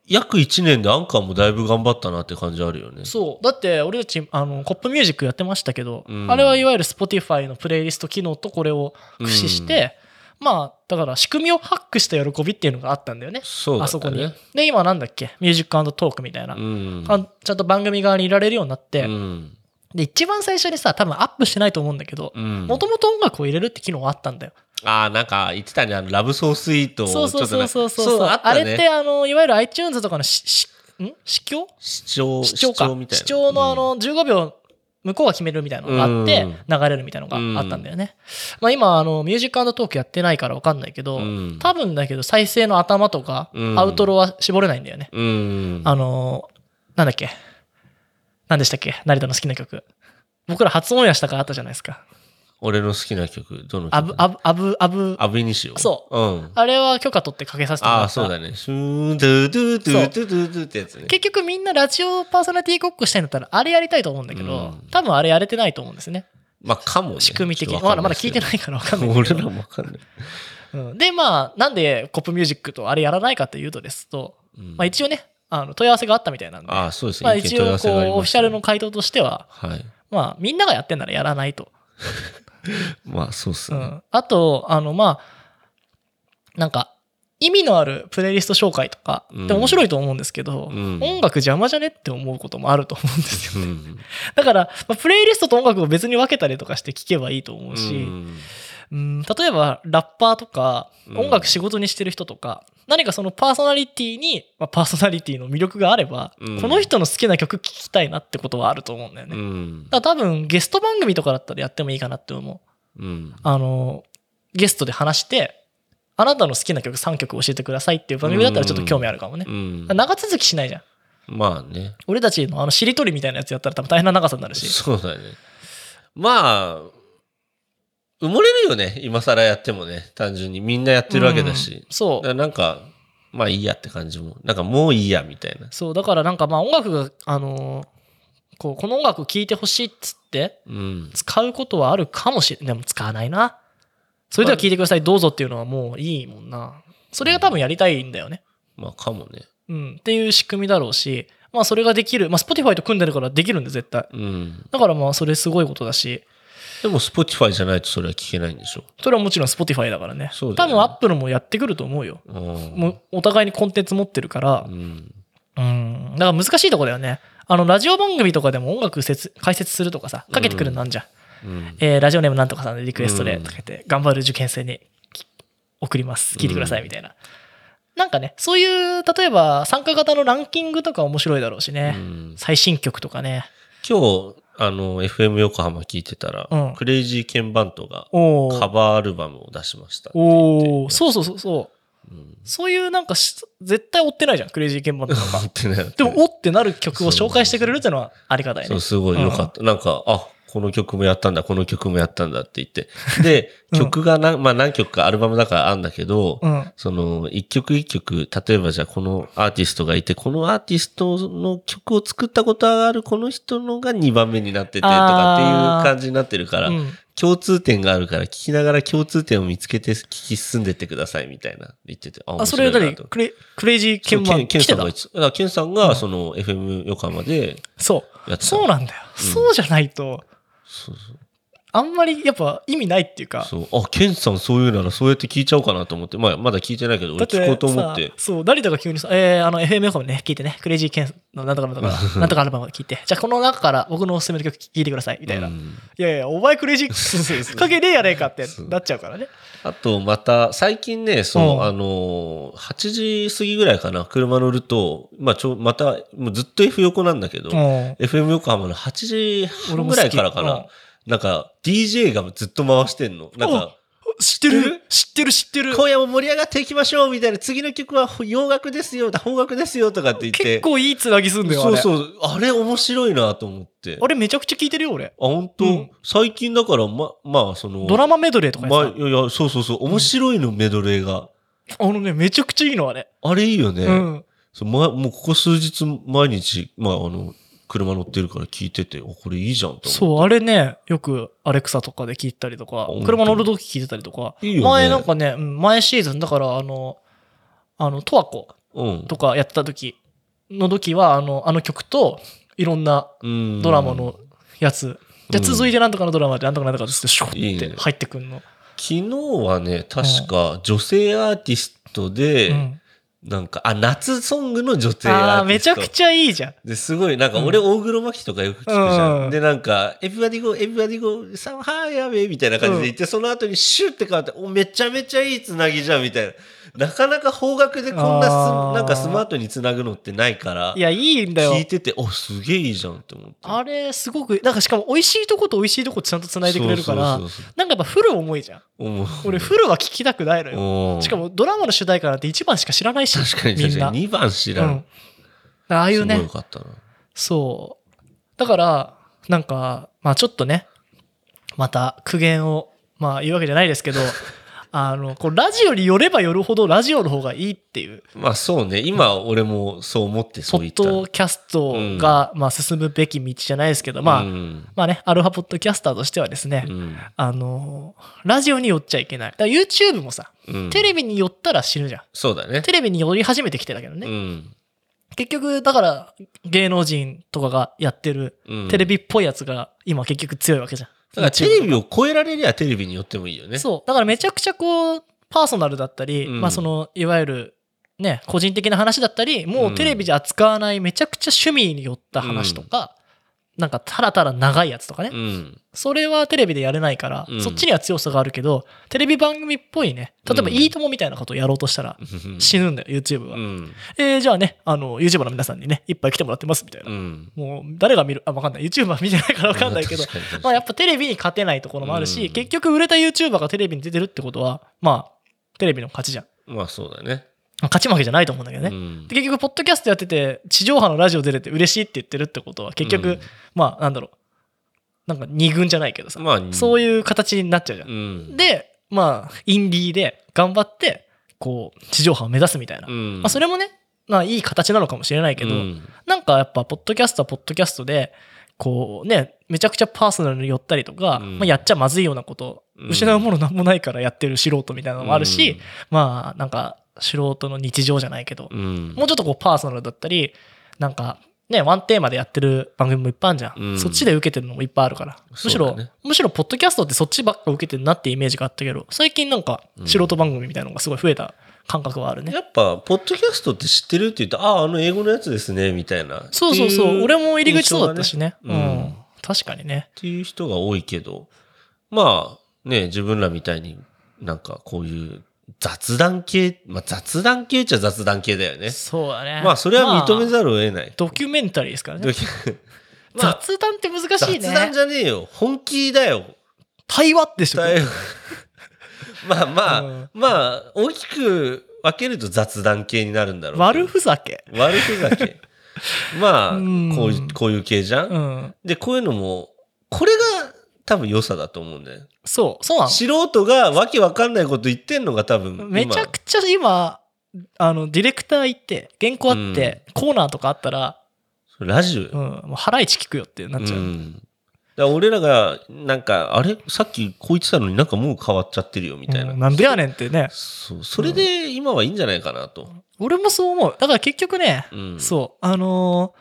Speaker 1: 約1年でアンカーもだいぶ頑張ったなって感じあるよね
Speaker 3: そう。だって、俺たち、あの、コップミュージックやってましたけど、
Speaker 1: うん
Speaker 3: あれはいわゆる Spotify のプレイリスト機能とこれを駆使して、まあ、だから仕組みをハックした喜びっていうのがあったんだよね。
Speaker 1: そうだ
Speaker 3: あ
Speaker 1: った
Speaker 3: そこに
Speaker 1: ね。
Speaker 3: で、今なんだっけミュージックトークみたいな、
Speaker 1: うん
Speaker 3: あちゃんと番組側にいられるようになって、
Speaker 1: うん
Speaker 3: で、一番最初にさ、多分アップしてないと思うんだけど、
Speaker 1: うん
Speaker 3: もともと音楽を入れるって機能はあったんだよ。
Speaker 1: ああなんか言ってたねあのラブソースイートを
Speaker 3: そうそうそうそうそう
Speaker 1: ちょっとねそうあ
Speaker 3: あ
Speaker 1: ったね
Speaker 3: れって、あの、いわゆる iTunes とかのし、し、ん視聴
Speaker 1: 視聴
Speaker 3: 視聴か
Speaker 1: みたいな
Speaker 3: 視聴のあの15秒向こうが決めるみたいなのがあって流れるみたいなのがあったんだよね、まあ、今あのミュージックトークやってないから分かんないけど、
Speaker 1: うん
Speaker 3: 多分だけど再生の頭とか
Speaker 1: うん
Speaker 3: アウトロは絞れないんだよね、
Speaker 1: うん
Speaker 3: あのなんだっけ何でしたっけ成田の好きな曲僕ら初オンエアしたからあったじゃないですか
Speaker 1: 俺の好きな曲、どの曲
Speaker 3: アブ、アブ、アブ、アブ、
Speaker 1: アビにしよう。。
Speaker 3: そう
Speaker 1: うん。
Speaker 3: あれは許可取ってかけさせてもらった。
Speaker 1: ああ、そうだね。シューン、ドゥドゥドゥドゥドゥドゥってやつね。
Speaker 3: 結局みんなラジオパーソナリティごっこしたいんだったら、あれやりたいと思うんだけ
Speaker 1: う
Speaker 3: ど、
Speaker 1: ん
Speaker 3: 多分あれやれてないと思うんですね。
Speaker 1: まあ、かもね。
Speaker 3: 仕組み的
Speaker 1: ちょ
Speaker 3: に。
Speaker 1: っとわか
Speaker 3: まだ
Speaker 1: んない
Speaker 3: まだ
Speaker 1: です
Speaker 3: 聞
Speaker 1: け
Speaker 3: い
Speaker 1: ど
Speaker 3: てないからわかんないけど。
Speaker 1: 俺らもわかんない。
Speaker 3: うん、で、まあ、なんでコップミュージックとあれやらないかというとですと、
Speaker 1: うん
Speaker 3: まあ一応ね、あの問い合わせがあったみたいなんで、
Speaker 1: ああ、そうですね。
Speaker 3: まあ
Speaker 1: 意見
Speaker 3: 一
Speaker 1: 問い合
Speaker 3: 応
Speaker 1: わ
Speaker 3: こ
Speaker 1: せがあり
Speaker 3: う、オフ
Speaker 1: ま
Speaker 3: ィ
Speaker 1: し
Speaker 3: シ
Speaker 1: た
Speaker 3: ャ
Speaker 1: ね
Speaker 3: ルの回答としては、
Speaker 1: はい。
Speaker 3: まあみんながやってんならやらないと。
Speaker 1: まあ、そうっす
Speaker 3: う
Speaker 1: ね。
Speaker 3: ん、あと、あの、まあ、なんか、意味のあるプレイリスト紹介とか、
Speaker 1: うん
Speaker 3: で面白いと思うんですけど、
Speaker 1: うん
Speaker 3: 音楽邪魔じゃねって思うこともあると思うんです
Speaker 1: う
Speaker 3: よね。
Speaker 1: ん。
Speaker 3: だから、まあプレイリストと音楽を別に分けたりとかして聞けばいいと思うし、
Speaker 1: うん
Speaker 3: うん例えばラッパーとか
Speaker 1: うん
Speaker 3: 音楽仕事にしてる人とか、何かそのパーソナリティに、まあ、パーソナリティの魅力があれば、
Speaker 1: うん
Speaker 3: この人の好きな曲聴きたいなってことはあると思うんだよね。
Speaker 1: うん。
Speaker 3: だから多分ゲスト番組とかだったらやってもいいかなって思う。
Speaker 1: うん。
Speaker 3: あのゲストで話してあなたの好きな曲3曲教えてくださいっていう番組だったらちょっと興味あるかもね
Speaker 1: う。ん
Speaker 3: だから長続きしないじゃん。
Speaker 1: まあね。
Speaker 3: 俺たちのあのしりとりみたいなやつやったら多分大変な長さになるし。
Speaker 1: そうだね。まあ、埋もれるよね。今更やってもね。単純に。みんなやってるわけだ
Speaker 3: うん
Speaker 1: し。だ
Speaker 3: そう
Speaker 1: からなんか、まあいいやって感じも。なんかもういいや、みたいな。
Speaker 3: そうだからなんかまあ音楽があのーこうこの音楽を聴いてほしいっつって
Speaker 1: うん。
Speaker 3: 使うことはあるかもしれでも使わないなそれでは聴いてくださいどうぞっていうのはもういいもんなそれが多分やりたいんだよね、
Speaker 1: まあかもね。
Speaker 3: うん、っていう仕組みだろうしまあそれができるまあ Spotify と組んでるからできるんで絶対
Speaker 1: うん。
Speaker 3: だからまあそれすごいことだし
Speaker 1: でも Spotify じゃないとそれは聞けないんでしょ。
Speaker 3: それはもちろん Spotify だからね
Speaker 1: そうだ
Speaker 3: 多
Speaker 1: よね
Speaker 3: 分 Apple もやってくると思うよ
Speaker 1: うん。
Speaker 3: もうお互いにコンテンツ持ってるから
Speaker 1: うん。
Speaker 3: うん、だから難しいとこだよね。あの、ラジオ番組とかでも音楽説解説するとかさ、かけてくるのあんじゃん。
Speaker 1: うん。
Speaker 3: えーラジオネームなんとかさんでリクエストで
Speaker 1: うん
Speaker 3: かけて、頑張る受験生にき送ります。聞いてください、みたいな。なんかね、そういう、例えば参加型のランキングとか面白いだろうしね。
Speaker 1: うん
Speaker 3: 最新曲とかね。
Speaker 1: 今日、あの、FM 横浜聞いてたら、
Speaker 3: うん
Speaker 1: クレイジーケンバントが
Speaker 3: お
Speaker 1: カ
Speaker 3: ー
Speaker 1: バーアルバムを出しましたって言って。
Speaker 3: おーそうそうそうそう。
Speaker 1: うん。
Speaker 3: そういうなんかし、絶対追ってないじゃん、クレイジーケンバンドとか。
Speaker 1: 待ってね。
Speaker 3: でも、おってなる曲を紹介してくれるってのはありがたいね。
Speaker 1: そう、すごい良かった。なんか、あ、この曲もやったんだ、この曲もやったんだって言って。で、
Speaker 3: うん
Speaker 1: 曲がな、まあ何曲かアルバムだからあんだけど、
Speaker 3: うん。
Speaker 1: その、一曲一曲、例えばじゃあこのアーティストがいて、このアーティストの曲を作ったことがあるこの人のが2番目になっててとかっていう感じになってるから、
Speaker 3: うん
Speaker 1: 共通点があるから聞きながら共通点を見つけて聞き進んでってくださいみたいな言ってて。あ
Speaker 3: あ、それは
Speaker 1: 面白い
Speaker 3: 何
Speaker 1: なと
Speaker 3: クレクレイジーケンバ
Speaker 1: そう
Speaker 3: ン
Speaker 1: ケンケ
Speaker 3: ド
Speaker 1: ン
Speaker 3: 来
Speaker 1: さ
Speaker 3: て
Speaker 1: ん
Speaker 3: た
Speaker 1: がいつ、だからケンさんがその FM 横浜で
Speaker 3: そう。
Speaker 1: やってた
Speaker 3: そうなんだよ。
Speaker 1: うん
Speaker 3: そうじゃないと、
Speaker 1: そうそう
Speaker 3: あんまりやっぱ意味ないっていうか。
Speaker 1: そう。あ、ケンさんそういうならそうやって聞いちゃおうかなと思って。まあ、まだ聞いてないけど、俺
Speaker 3: だって
Speaker 1: 聞こうと思って
Speaker 3: さ。そう、誰だか急にさ、えー、あの、FM 横もね、聞いてね、クレイジーケンのなんとかなん とか、なんとかアルバムを聞いて、じゃあこの中から僕のおすすめの曲聞いてください、みたいな。
Speaker 1: うん
Speaker 3: いやいや、お前クレイジ
Speaker 1: そうそ
Speaker 3: ー
Speaker 1: う
Speaker 3: かけねえやねえかって
Speaker 1: そう
Speaker 3: なっちゃうからね。
Speaker 1: あと、また、最近ね、そうの、
Speaker 3: ん
Speaker 1: あのー、8時過ぎぐらいかな、車乗ると、まあ、ちょ、また、もうずっと F 横なんだけど、
Speaker 3: うん。
Speaker 1: FM 横浜の8時
Speaker 3: 俺
Speaker 1: 半
Speaker 3: も
Speaker 1: ぐ
Speaker 3: 好き
Speaker 1: らいからか
Speaker 3: うん
Speaker 1: な、なんか、DJ がずっと回してんの。なんか、
Speaker 3: 知ってる知ってる知ってる。
Speaker 1: 今夜も盛り上がっていきましょうみたいな、次の曲は洋楽ですよ、邦楽ですよとかって言って。
Speaker 3: 結構いいつなぎすんだよ、あ
Speaker 1: そうそ
Speaker 3: れ。
Speaker 1: う、あれ面白いなと思って。
Speaker 3: あれめちゃくちゃ聞いてるよ、俺。
Speaker 1: あ、本当、
Speaker 3: うん
Speaker 1: 最近だから、ま、まあ、その、
Speaker 3: ドラマメドレーとか
Speaker 1: まあ、
Speaker 3: や
Speaker 1: いやいや、そうそうそう、面白いの、メドレーが。
Speaker 3: さあのね、めちゃくちゃいいの、あれ。
Speaker 1: あれいいよね。
Speaker 3: うん。
Speaker 1: そうま、もうここ数日、毎日、まあ、あの、車乗ってるから聞いてて、お、これいいじゃんと思って。
Speaker 3: そう、あれね、よくアレクサとかで聞いたりとか
Speaker 1: 本当、
Speaker 3: 車乗るとき聞いてたりとか、
Speaker 1: いいよね
Speaker 3: 前なんかね、うん前シーズン、だから、あの、あの、トワコ
Speaker 1: うん
Speaker 3: とかやってた時の時は、あの、あの曲と、いろんな
Speaker 1: うん。
Speaker 3: ドラマのやつ、じゃあ続いてなんとかのドラマでなんとかなんとかっつって、シュ
Speaker 1: いい
Speaker 3: ッ
Speaker 1: ね
Speaker 3: って入ってくんの。
Speaker 1: 昨日はね、確か、女性アーティストで、
Speaker 3: うん
Speaker 1: なんか、あ、夏ソングの女性
Speaker 3: あ
Speaker 1: ア
Speaker 3: あ、
Speaker 1: ーティ
Speaker 3: め
Speaker 1: ス
Speaker 3: ち
Speaker 1: ト。
Speaker 3: ゃくちゃいいじゃん。
Speaker 1: ですごい、なんか俺、大黒摩季とかよく聞くじゃん。
Speaker 3: うん
Speaker 1: で、なんか、エブバディゴ、エブバディゴ、サムハーやべみたいな感じで言って、その後にシュって変わって、お、めちゃめちゃいいつなぎじゃん、みたいな。なかなか方角でこんなす
Speaker 3: あー
Speaker 1: なんかスマートにつなぐのってないから、
Speaker 3: いや、いいんだよ
Speaker 1: 聞い。てて、お、すげえいいじゃんって思って。
Speaker 3: あれ、すごく、なんかしかも美味しいとこと美味しいとこちゃんと繋いでくれるから
Speaker 1: そう、そうそう
Speaker 3: なんかやっぱフル重いじゃん。
Speaker 1: そう思う
Speaker 3: 俺、フルは聞きたくないのよ。
Speaker 1: うん
Speaker 3: しかもドラマの主題歌なんて1番しか知らないし、
Speaker 1: 確かに
Speaker 3: み
Speaker 1: 確
Speaker 3: ん
Speaker 1: か
Speaker 3: な。
Speaker 1: に、2番知
Speaker 3: う
Speaker 1: らん。
Speaker 3: ん、ああいう
Speaker 1: すごい
Speaker 3: ね
Speaker 1: よ、かったな。
Speaker 3: そう。だから、なんか、まあちょっとね、また苦言を、まあ、言うわけじゃな いですけどあのこうラジオに寄れば寄るほどラジオの方がいいっていう
Speaker 1: まあそうね、今俺もそう思って
Speaker 3: ポ
Speaker 1: そう言
Speaker 3: ッ
Speaker 1: った。
Speaker 3: ドキャストが、まあ、進むべき道じゃないですけど、まあ
Speaker 1: うん
Speaker 3: まあね、アルファポッドキャスターとしてはですね、
Speaker 1: うん
Speaker 3: あのラジオに寄っちゃいけないだから YouTube もさ
Speaker 1: うん
Speaker 3: テレビに寄ったら死ぬじゃん、
Speaker 1: そうだね。
Speaker 3: テレビに寄り始めてきてたけどね、
Speaker 1: うん
Speaker 3: 結局だから芸能人とかがやってる
Speaker 1: うん
Speaker 3: テレビっぽいやつが今結局強いわけじゃん。
Speaker 1: だからテレビを超えられりゃテレビによってもいいよね。
Speaker 3: そう。だからめちゃくちゃこう、パーソナルだったり、
Speaker 1: うん
Speaker 3: まあその、いわゆる、ね、個人的な話だったり、もうんうテレビじゃ扱わないめちゃくちゃ趣味によった話とか、なんかたらたら長いやつとかね、
Speaker 1: うん。
Speaker 3: それはテレビでやれないから、
Speaker 1: うん
Speaker 3: そっちには強さがあるけど、テレビ番組っぽいね、例えば
Speaker 1: うん
Speaker 3: いいともみたいなことをやろうとしたら、死ぬんだよ、YouTube は。
Speaker 1: うん。
Speaker 3: えー、じゃあね、あの、YouTuber の皆さんにね、いっぱい来てもらってますみたいな。
Speaker 1: うん。
Speaker 3: もう誰が見るあわかんない YouTuber 見てないからわかんないけど
Speaker 1: 確かに確かに
Speaker 3: まあやっぱテレビに勝てないところもあるし、
Speaker 1: うん
Speaker 3: 結局売れた YouTuber がテレビに出てるってことはまあテレビの勝ちじゃん
Speaker 1: まあそうだね。
Speaker 3: まあ勝ち負けじゃないと思うんだけどね、
Speaker 1: うん
Speaker 3: で結局ポッドキャストやってて地上波のラジオ出れて嬉しいって言ってるってことは結局、
Speaker 1: うん
Speaker 3: まあなんだろうなんか二軍じゃないけどさ、
Speaker 1: まあ、
Speaker 3: そう
Speaker 1: い
Speaker 3: いう形になっちゃうじゃん、
Speaker 1: うん。
Speaker 3: でまあインディーで頑張ってこう地上波を目指すみたいな、
Speaker 1: うん、
Speaker 3: まあ、それもねまあいい形なのかもしれないけど、
Speaker 1: うん
Speaker 3: なんかやっぱ、ポッドキャストはポッドキャストで、こうね、めちゃくちゃパーソナルに寄ったりとか、
Speaker 1: うん
Speaker 3: まあ、やっちゃまずいようなこと、
Speaker 1: うん
Speaker 3: 失うものなんもないからやってる素人みたいなのもあるし、まあ、なんか、素人の日常じゃないけど、
Speaker 1: うん、
Speaker 3: もうちょっとこう、パーソナルだったり、なんか、ね、ワンテーマでやってる番組もいっぱいあるじゃん。
Speaker 1: うん
Speaker 3: そっちで受けてるのもいっぱいあるから。むし
Speaker 1: そう
Speaker 3: ろ、
Speaker 1: だね
Speaker 3: むしろ、ポッドキャストってそっちばっか受けてるなってイメージがあったけど、最近なんか、素人番組みたいなのがすごい増えた感覚はあるね。
Speaker 1: やっぱ、ポッドキャストって知ってるって言ったら、ああ、あの英語のやつですね、みたいな。
Speaker 3: そうそうそ。
Speaker 1: っていうう
Speaker 3: 俺も入り口そうだったしね。
Speaker 1: 印象がね
Speaker 3: う
Speaker 1: うん
Speaker 3: ん。確かにね。
Speaker 1: っていう人が多いけど、まあ、ね、自分らみたいになんかこういう雑談系、まあ雑談系っちゃ雑談系だよね。
Speaker 3: そうだね。
Speaker 1: まあそれは認め
Speaker 3: まあ
Speaker 1: ざるを得ない。
Speaker 3: ドキュメンタリーですからね
Speaker 1: ド。キュまあ
Speaker 3: 雑談って難しいね。
Speaker 1: 雑談じゃねえよ。本気だよ。
Speaker 3: 対話ってしょ。
Speaker 1: 伝えよ まあまあ、
Speaker 3: うん
Speaker 1: まあ、大きく分けると雑談系になるんだろうけど。
Speaker 3: 悪ふざけ。
Speaker 1: 悪ふざけ。まあ
Speaker 3: うん、
Speaker 1: こういう、こういう系じゃん、
Speaker 3: うん。
Speaker 1: で、こういうのも、これが多分良さだと思うんだよ。
Speaker 3: そう、そうな
Speaker 1: 素人がわけわかんないこと言ってんのが多分
Speaker 3: の。
Speaker 1: 今
Speaker 3: めちゃくちゃ今、あの、ディレクター行って、原稿あって、コーナーとかあったら、
Speaker 1: ラジオ
Speaker 3: うん、
Speaker 1: よ、
Speaker 3: もう腹一聞くよってなっちゃう。
Speaker 1: うんだから俺らがなんかあれさっきこう言ってたのになんかもう変わっちゃってるよみたいな、
Speaker 3: うんなんでやねんってね。
Speaker 1: そうそれで今はいいんじゃないかなと、
Speaker 3: 俺もそう思う。だから結局ね、
Speaker 1: うん
Speaker 3: そう、あの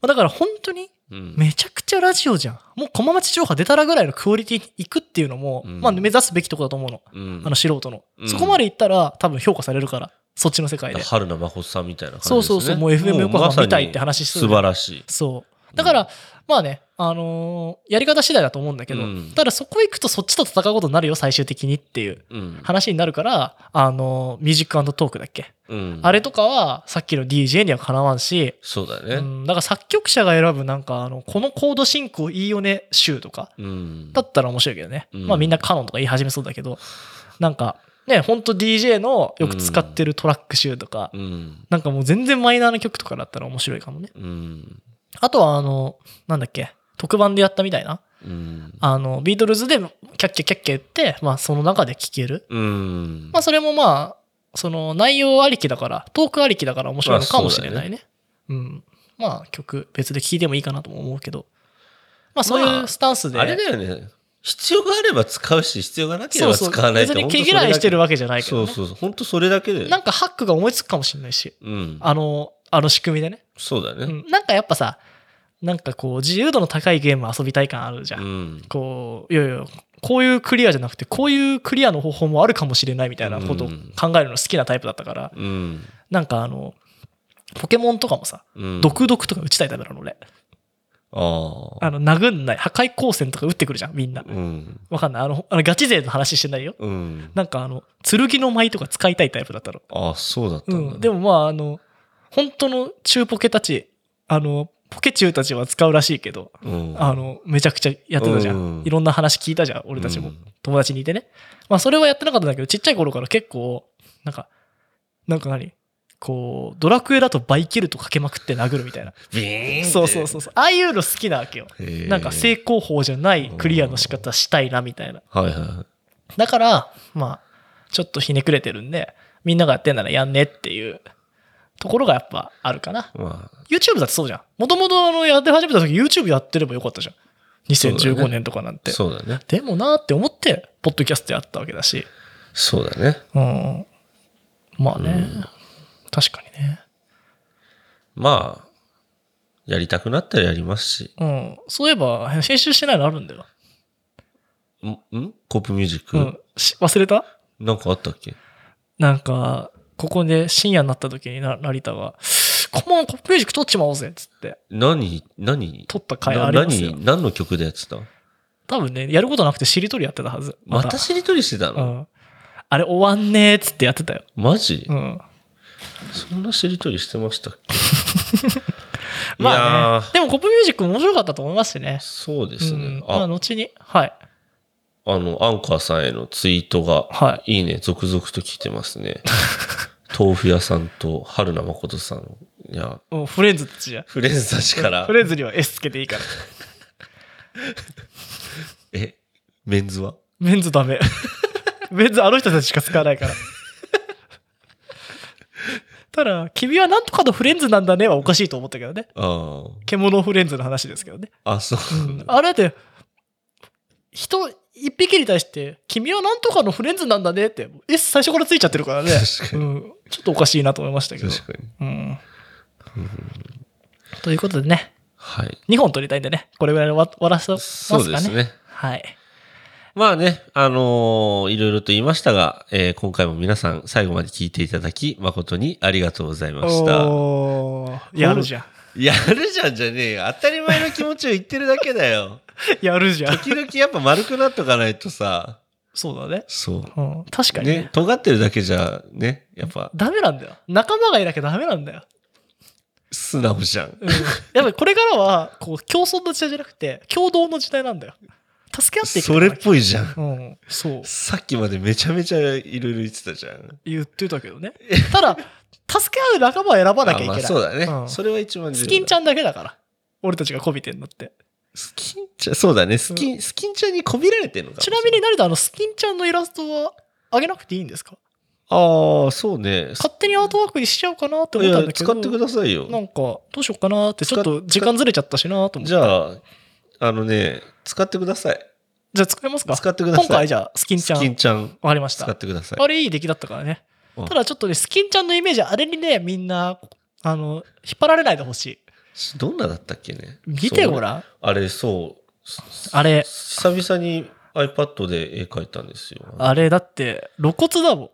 Speaker 3: ーだから本当に、
Speaker 1: うん
Speaker 3: めちゃくちゃラジオじゃん。もう駒町情報出たらぐらいのクオリティに行くっていうのも、
Speaker 1: うん
Speaker 3: まあ目指すべきとこだと思うの。
Speaker 1: うん
Speaker 3: あの素人の。
Speaker 1: うん
Speaker 3: そこまで行ったら多分評価されるから、そっちの世界で。
Speaker 1: 春菜真帆さんみたいな感じです、
Speaker 3: そ
Speaker 1: ね、
Speaker 3: うそうそう、もう FM 横
Speaker 1: まさに
Speaker 3: 浜見たいって話して
Speaker 1: 素晴らしい
Speaker 3: そう。だから、まあね、あのーやり方次第だと思うんだけど、
Speaker 1: うん
Speaker 3: ただそこ行くとそっちと戦うことになるよ、最終的にっていう
Speaker 1: うん
Speaker 3: 話になるから、あのーミュージックトークだっけ、
Speaker 1: うん
Speaker 3: あれとかはさっきの DJ にはかなわんし、
Speaker 1: そうだ
Speaker 3: う
Speaker 1: ね
Speaker 3: ん、だから作曲者が選ぶなんかあのこのコード進行いいよね集とか
Speaker 1: うん、
Speaker 3: だったら面白いけどね、
Speaker 1: うん
Speaker 3: まあみんなカノンとか言い始めそうだけどなんかねほんと DJ のよく使ってるトラック集とか、
Speaker 1: うん
Speaker 3: なんかもう全然マイナーな曲とかだったら面白いかもね
Speaker 1: うん
Speaker 3: あとはあのなんだっけ特番でやったみたいな
Speaker 1: うん
Speaker 3: あのビートルズでキャッキャキャッキャ言って、まあ、その中で聴ける
Speaker 1: うん
Speaker 3: まあそれもまあその内容ありきだからトークありきだから面白いのかもしれないね,、うんまあ曲別で聴いてもいいかなとも思うけどまあそうい
Speaker 1: ま
Speaker 3: う
Speaker 1: あ
Speaker 3: スタンスで、
Speaker 1: あれだよね。必要があれば使うし、必要がなけれ
Speaker 3: そう
Speaker 1: ば
Speaker 3: そう
Speaker 1: 使わない
Speaker 3: 別
Speaker 1: と
Speaker 3: に毛嫌いしてるわけじゃないけ
Speaker 1: そう
Speaker 3: ど、ね、
Speaker 1: そうそう。本当それだけで。
Speaker 3: なんかハックが思いつくかもしれないし
Speaker 1: うん。
Speaker 3: あのあの仕組みでね、
Speaker 1: そうだ
Speaker 3: う
Speaker 1: ね。
Speaker 3: ん、なんかやっぱさなんかこう自由度の高いゲーム遊びたい感あるじゃ、
Speaker 1: うんん。
Speaker 3: こういやいやこういうクリアじゃなくてこういうクリアの方法もあるかもしれないみたいなことを考えるの好きなタイプだったから、
Speaker 1: うん。
Speaker 3: なんかあのポケモンとかもさ
Speaker 1: うん。
Speaker 3: 毒毒とか打ちたいタイプなの俺。
Speaker 1: ああ。
Speaker 3: あの、殴んない。破壊光線とか打ってくるじゃん、みんな。
Speaker 1: うん。
Speaker 3: わかんない。あの、あのガチ勢の話してないよ。
Speaker 1: うん。
Speaker 3: なんかあの、剣の舞とか使いたいタイプだったの。
Speaker 1: ああ、そうだった
Speaker 3: うん
Speaker 1: だ。
Speaker 3: ん。で
Speaker 1: も、
Speaker 3: もまあ、あの、本当の中ポケたち、あの、ポケチュウたちは使うらしいけど、
Speaker 1: うん。
Speaker 3: あの、めちゃくちゃやってたじゃ
Speaker 1: うん
Speaker 3: ん。いろんな話聞いたじゃん、俺たちも。友達にいてね。まあ、それはやってなかったんだけど、ちっちゃい頃から結構、なんか、なんか何こう、ドラクエだとバイキルトかけまくって殴るみたいな。
Speaker 1: ビーンって
Speaker 3: そうそうそうそう。ああいうの好きなわけよ。
Speaker 1: へー
Speaker 3: なんか成功法じゃないクリアの仕方したいなみたいな。
Speaker 1: はいはいはい。
Speaker 3: だから、まあ、ちょっとひねくれてるんで、みんながやってんならやんねっていうところがやっぱあるかな。
Speaker 1: まあ、
Speaker 3: YouTube だってそうじゃん。もともとあの、やって始めた時 YouTube やってればよかったじゃん。
Speaker 1: そうだ
Speaker 3: 2015
Speaker 1: ね
Speaker 3: 年とかなんて。
Speaker 1: そうだね。
Speaker 3: でもなーって思って、ポッドキャストやったわけだし。
Speaker 1: そうだね。
Speaker 3: うん。まあね。確かにね。
Speaker 1: まあ、やりたくなったらやりますし。
Speaker 3: うん。そういえば、編集してないのあるんだよ。
Speaker 1: んんコープミュージック、
Speaker 3: うん。し忘れた
Speaker 1: なんかあったっけ
Speaker 3: なんか、ここで深夜になった時にな、成田が、 コモンコップミュージック撮っちまおうぜっつって、
Speaker 1: 何何
Speaker 3: 撮った回
Speaker 1: な
Speaker 3: ありますよ。
Speaker 1: 何何の曲でやってた
Speaker 3: 多分ね、やることなくてしりとりやってたはず。
Speaker 1: またしりとりしてた
Speaker 3: う
Speaker 1: の、
Speaker 3: ん。あれ終わんねーっつってやってたよ。
Speaker 1: マジ、
Speaker 3: うん。
Speaker 1: そんなしりとりしてましたっけい
Speaker 3: ま
Speaker 1: や
Speaker 3: あね
Speaker 1: ー。
Speaker 3: でもコップミュージックも面白かったと思いますしね。
Speaker 1: そうですね。
Speaker 3: うん、まあ
Speaker 1: あ、
Speaker 3: 後に。はい。
Speaker 1: あの、アンカーさんへのツイートが、、
Speaker 3: はい
Speaker 1: いね、続々と来てますね。 豆腐屋さんと春名誠さん。いや、
Speaker 3: もうフレンズたちじゃん。
Speaker 1: フレンズたちから
Speaker 3: フ、レンズには S つけていいから。
Speaker 1: え、メンズは
Speaker 3: メンズダメ。 メンズあの人たちしか使わないから。ただ、君はなんとかのフレンズなんだねはおかしいと思ったけどね。
Speaker 1: あ
Speaker 3: 獣フレンズの話ですけどね。
Speaker 1: あ、あ、そううなん
Speaker 3: ん
Speaker 1: だ。
Speaker 3: あれだって、人一匹に対して、君はなんとかのフレンズなんだねって、S 最初からついちゃってるからね。
Speaker 1: 確かに
Speaker 3: うん、ちょっとおかしいなと思いましたけど。
Speaker 1: 確かに。
Speaker 3: うん、ということでね、
Speaker 1: はい。2
Speaker 3: 2本取りたいんでね、これぐらいで終わ終わらせてますかね。
Speaker 1: そうですね。
Speaker 3: はい。
Speaker 1: まあね、あのーいろいろと言いましたが、えー今回も皆さん最後まで聞いていただき、誠にありがとうございました。
Speaker 3: おーやるじゃん。
Speaker 1: やるじゃんじゃねえよ。当たり前の気持ちを言ってるだけだ よ。
Speaker 3: やるじゃん。
Speaker 1: 時々やっぱ丸くなっとかないとさ、
Speaker 3: そうだね。
Speaker 1: そう。
Speaker 3: うん、確かにね
Speaker 1: ね、尖ってるだけじゃね、やっぱ
Speaker 3: ダメなんだよ。仲間がいなきゃダメなんだよ。
Speaker 1: 素直じゃん。
Speaker 3: うん、やっぱりこれからは、こう、競争の時代じゃなくて、共同の時代なんだよ。助け合っていく
Speaker 1: それっぽいじゃん。
Speaker 3: うん、そう。
Speaker 1: さっきまでめちゃめちゃいろいろ言ってたじゃん。
Speaker 3: 言ってたけどね。ただ、助け合う仲間を選ばなきゃいけ
Speaker 1: あま
Speaker 3: ない。
Speaker 1: あそうだね、
Speaker 3: うん
Speaker 1: それは一番重要
Speaker 3: ス
Speaker 1: だ
Speaker 3: キンちゃんだけだから。俺たちがこびてんのって。
Speaker 1: スキンちゃん、そうだね。スキン、スキンちゃんにこびられてんのかもし
Speaker 3: ち
Speaker 1: れ
Speaker 3: ないみに、成田、あの、スキンちゃんのイラストは、あげなくていいんですか
Speaker 1: ああ、そうね。
Speaker 3: 勝手にアートワークにしちゃおうかなって
Speaker 1: い
Speaker 3: 思った
Speaker 1: や、
Speaker 3: んだけ
Speaker 1: 使
Speaker 3: ど。
Speaker 1: ってください
Speaker 3: な
Speaker 1: よ。
Speaker 3: んか、どうしようかなって、ちょっと時間ずれちゃったしなと思って。
Speaker 1: じ
Speaker 3: あ、
Speaker 1: ゃあ、あのね、使ってください。
Speaker 3: じゃあ使いますか
Speaker 1: 使ってください。
Speaker 3: 今回じゃあ、スキンちゃん。
Speaker 1: スキン
Speaker 3: わ
Speaker 1: ちゃん、
Speaker 3: かりまし
Speaker 1: 使
Speaker 3: た。
Speaker 1: ってください。
Speaker 3: あれいい出来だったからね。
Speaker 1: うん
Speaker 3: ただちょっとね、スキンちゃんのイメージ、あれにね、みんな、あの、引っ張られないでほしい。
Speaker 1: どんなだったっけね。
Speaker 3: 見てご
Speaker 1: ん。
Speaker 3: らん。
Speaker 1: あれ、そう。
Speaker 3: あれ
Speaker 1: 久々に iPad で絵描いたんですよ。
Speaker 3: あれだって露骨だもん。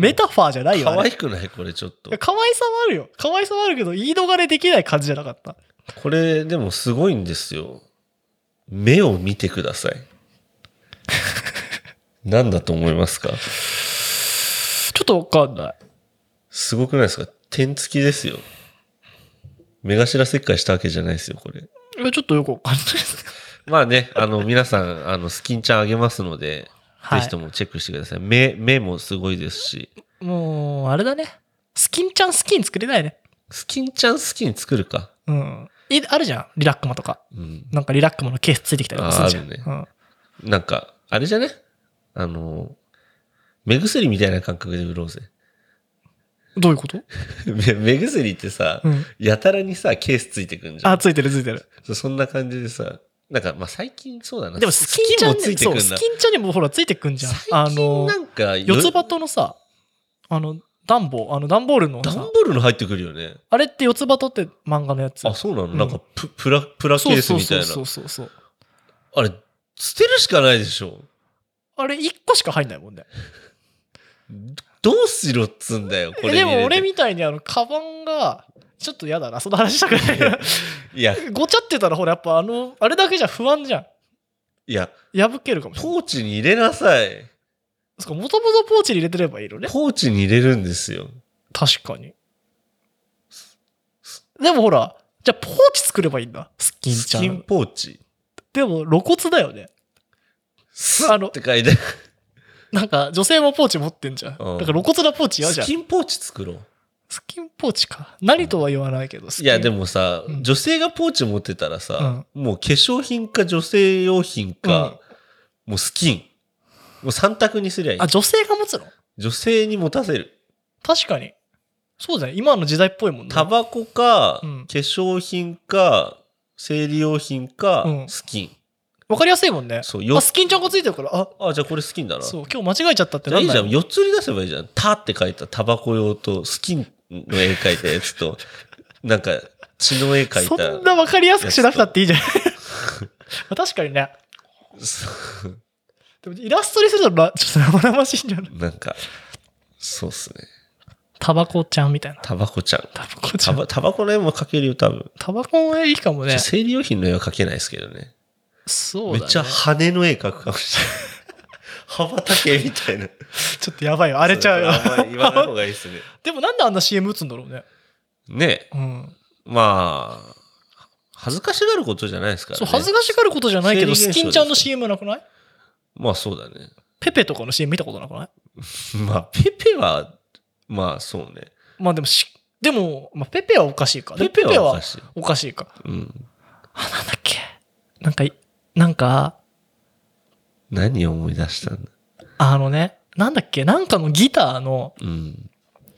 Speaker 3: メタファーじゃないよ。
Speaker 1: 可
Speaker 3: あれ
Speaker 1: 愛くないこれちょっと
Speaker 3: いや。可愛さはあるよ。可愛さはあるけど、言い逃れできない感じじゃなかった。
Speaker 1: これでもすごいんですよ。目を見てくだ さい。何だと思いますか
Speaker 3: ちょっとわかんない。
Speaker 1: すごくないですか点付きですよ。目頭切開したわけじゃないですよ、これ。
Speaker 3: いやちょっとよくわかんないです。
Speaker 1: まあね、あの、皆さん、あの、スキンちゃんあげますので、
Speaker 3: はい
Speaker 1: ぜひともチェックしてください。目、目もすごいですし、
Speaker 3: もう、あれだね。スキンちゃんスキン作れないね。
Speaker 1: スキンちゃんスキン作るか。
Speaker 3: うん。いあるじゃん。リラックマとか。
Speaker 1: うん。
Speaker 3: なんかリラックマのケースついてきたりとかするじゃん。
Speaker 1: ああるね
Speaker 3: うん
Speaker 1: なんか、あれじゃねあの、目薬みたいな感覚で売ろうぜ。
Speaker 3: どういうこと
Speaker 1: 目目薬ってさ、
Speaker 3: うん
Speaker 1: やたらにさ、ケースついてくんじゃ
Speaker 3: あ、
Speaker 1: ん。
Speaker 3: ついてるついてる。
Speaker 1: そそんな感じでさ、なんか、まあ最近そうだな。
Speaker 3: でもスキンちゃん
Speaker 1: スキンもついて
Speaker 3: に、
Speaker 1: く
Speaker 3: そ
Speaker 1: ん
Speaker 3: う、
Speaker 1: だ。
Speaker 3: スキンちゃんにもほらついてくんじゃん。あ
Speaker 1: 最近
Speaker 3: の
Speaker 1: な、んか、
Speaker 3: 四つ
Speaker 1: よ
Speaker 3: 葉とのさ、あの、暖房、あの暖ボールの
Speaker 1: ダン
Speaker 3: さ、
Speaker 1: ボールの入ってくるよね。
Speaker 3: あれって四つ葉とって漫画のやつ。
Speaker 1: あ、そうなの、
Speaker 3: うん
Speaker 1: なんかプ、プラ、プラケースみたいな。
Speaker 3: そうそうそうそうそうそう
Speaker 1: あれ、捨てるしかないでしょ。
Speaker 3: あれ1個しか入んないもんね
Speaker 1: どうしろっつんだよ、これに
Speaker 3: で
Speaker 1: 入れて。
Speaker 3: も俺みたいにあのカバンがちょっと嫌だなその話したくな いな
Speaker 1: いや、
Speaker 3: ごちゃってたらほらやっぱあのあれだけじゃ不安じゃん
Speaker 1: いや、
Speaker 3: 破けるかもしれない
Speaker 1: ポーチに入れなさい。
Speaker 3: そっかもともとポーチに入れてればいいのね
Speaker 1: ポーチに入れるんですよ。
Speaker 3: 確かにでもほらじゃあポーチ作ればいいんだスキン
Speaker 1: ス
Speaker 3: ちゃ
Speaker 1: キン
Speaker 3: ん
Speaker 1: ポーチ。
Speaker 3: でも露骨だよね
Speaker 1: ス
Speaker 3: あ
Speaker 1: ッ
Speaker 3: の
Speaker 1: って書いて。
Speaker 3: なんか女性もポーチ持ってんじゃんだから露骨なポーチ嫌じ
Speaker 1: ス
Speaker 3: ゃん
Speaker 1: キンポーチ作ろう。
Speaker 3: スキンポーチか。何とは言わないけど、スキ
Speaker 1: い
Speaker 3: ン
Speaker 1: や、でもさ、
Speaker 3: うん
Speaker 1: 女性がポーチ持ってたらさ、もう化粧品か女性用品か、もうスキン。もう三択にすりゃいい
Speaker 3: あ、。女性が持つの
Speaker 1: 女性に持たせる。
Speaker 3: 確かに。そうだね。今の時代っぽいもんね。
Speaker 1: タバコか、
Speaker 3: うん
Speaker 1: 化粧品か、生理用品か、
Speaker 3: うん
Speaker 1: スキン。
Speaker 3: わかりやすいもんね。
Speaker 1: そう、
Speaker 3: あ、
Speaker 1: よ、
Speaker 3: スキンちゃんがついてるから、あ、
Speaker 1: あ、じゃあこれスキンだな。
Speaker 3: そう、今日間違えちゃったって
Speaker 1: じゃあ
Speaker 3: ないん
Speaker 1: い
Speaker 3: ない
Speaker 1: じゃん。四つに出せばいいじゃん。タって書いたタバコ用と、スキンの絵描いたやつ と、なんか、血の絵描い
Speaker 3: そ
Speaker 1: た。
Speaker 3: んなわかりやすくしなくたってい いじゃん。確かにね。
Speaker 1: そう
Speaker 3: でもイラストにするとなちょっと生々しいんじゃない
Speaker 1: なんか、そうっすね。
Speaker 3: タバコちゃんみたいな。
Speaker 1: タバコちゃん。
Speaker 3: タバコちゃ
Speaker 1: タ
Speaker 3: ん。
Speaker 1: バタバコの絵も描けるよ、多分。
Speaker 3: タバコの絵いいかもね。
Speaker 1: 生理用品の絵は描けないですけどね。
Speaker 3: そうだ、
Speaker 1: め
Speaker 3: ね。
Speaker 1: っちゃ羽の絵描くかも しれない。羽ばたけみたいな。
Speaker 3: ちょっとやばいよ。荒れちゃうよ。
Speaker 1: そあんまり言わない方がいいですね。
Speaker 3: でもなんであんな CM 打つんだろうね。
Speaker 1: ね
Speaker 3: うん。
Speaker 1: まあ、恥ずかしがることじゃないですから
Speaker 3: そ
Speaker 1: ね。
Speaker 3: う、恥ずかしがることじゃないけど、
Speaker 1: 生理
Speaker 3: ス
Speaker 1: 現象
Speaker 3: キンちゃんの CM なくない
Speaker 1: まあそうだね。
Speaker 3: ペペとかの CM 見たことなくない
Speaker 1: まあ、ペペは、まあそうね。
Speaker 3: まあでもし、でも、まあ、ペペはおかしいか。で
Speaker 1: ペペはおか
Speaker 3: ペペは
Speaker 1: しい。
Speaker 3: おかしいか。
Speaker 1: うん。
Speaker 3: あ、なんだっけ。なんかい、なんか、
Speaker 1: 何を思い出したんだ
Speaker 3: あのね、なんだっけ、なんかのギターの
Speaker 1: うん。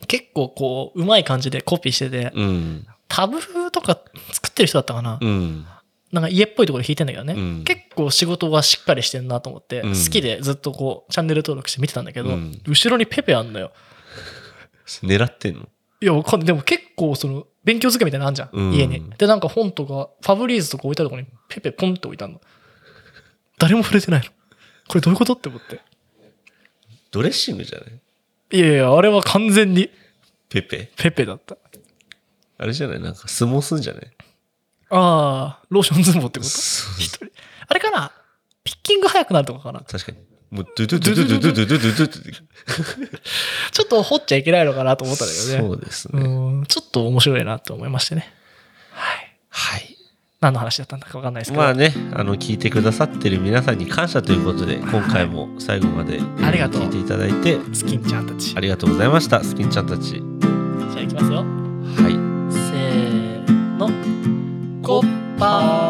Speaker 3: 結構こう、うまい感じでコピーしてて、
Speaker 1: うん。
Speaker 3: タブ風とか作ってる人だったかな。
Speaker 1: うん。
Speaker 3: なんか家っぽいところで弾いてんだけどね。
Speaker 1: うん
Speaker 3: 結構仕事がしっかりしてんなと思って、
Speaker 1: うん
Speaker 3: 好きでずっとこう、チャンネル登録して見てたんだけど、
Speaker 1: うん
Speaker 3: 後ろにペペあんのよ。
Speaker 1: 狙ってんの
Speaker 3: いや、わかんない。でも結構その、勉強机みたいなのあんじゃん。
Speaker 1: うん
Speaker 3: 家に。で、なんか本とか、ファブリーズとか置いたとこに、ペペポンって置いてあんの。 誰も触れてないの。これどういうことって思って。
Speaker 1: ドレッシングじゃない
Speaker 3: いやいや、あれは完全に
Speaker 1: ペペ。
Speaker 3: ペペだった。
Speaker 1: あれじゃないなんか相撲すんじゃない
Speaker 3: ああ、ローション相撲ってこと
Speaker 1: そう
Speaker 3: 一人。あれかなピッキング早くなるとかかな
Speaker 1: 確かに。もう、ドゥドゥドゥドゥドゥドゥドゥドゥドゥドゥ
Speaker 3: ちょっと掘っちゃいけないのかなと思ったんだけどね。
Speaker 1: そうです
Speaker 3: う
Speaker 1: ね。
Speaker 3: んちょっと面白いなと思いましてね。はい。
Speaker 1: はい。
Speaker 3: 何の話だったんだかわかんないですけど。
Speaker 1: まあね、あの、聞いてくださってる皆さんに感謝ということで、今回も最後まで
Speaker 3: ありがとう
Speaker 1: 聞いていただいて、
Speaker 3: スキンちゃんたち。じ
Speaker 1: ありがとうございました、スキンちゃんたち。
Speaker 3: ゃあいきますよ。
Speaker 1: はい。
Speaker 3: せーの。コッパー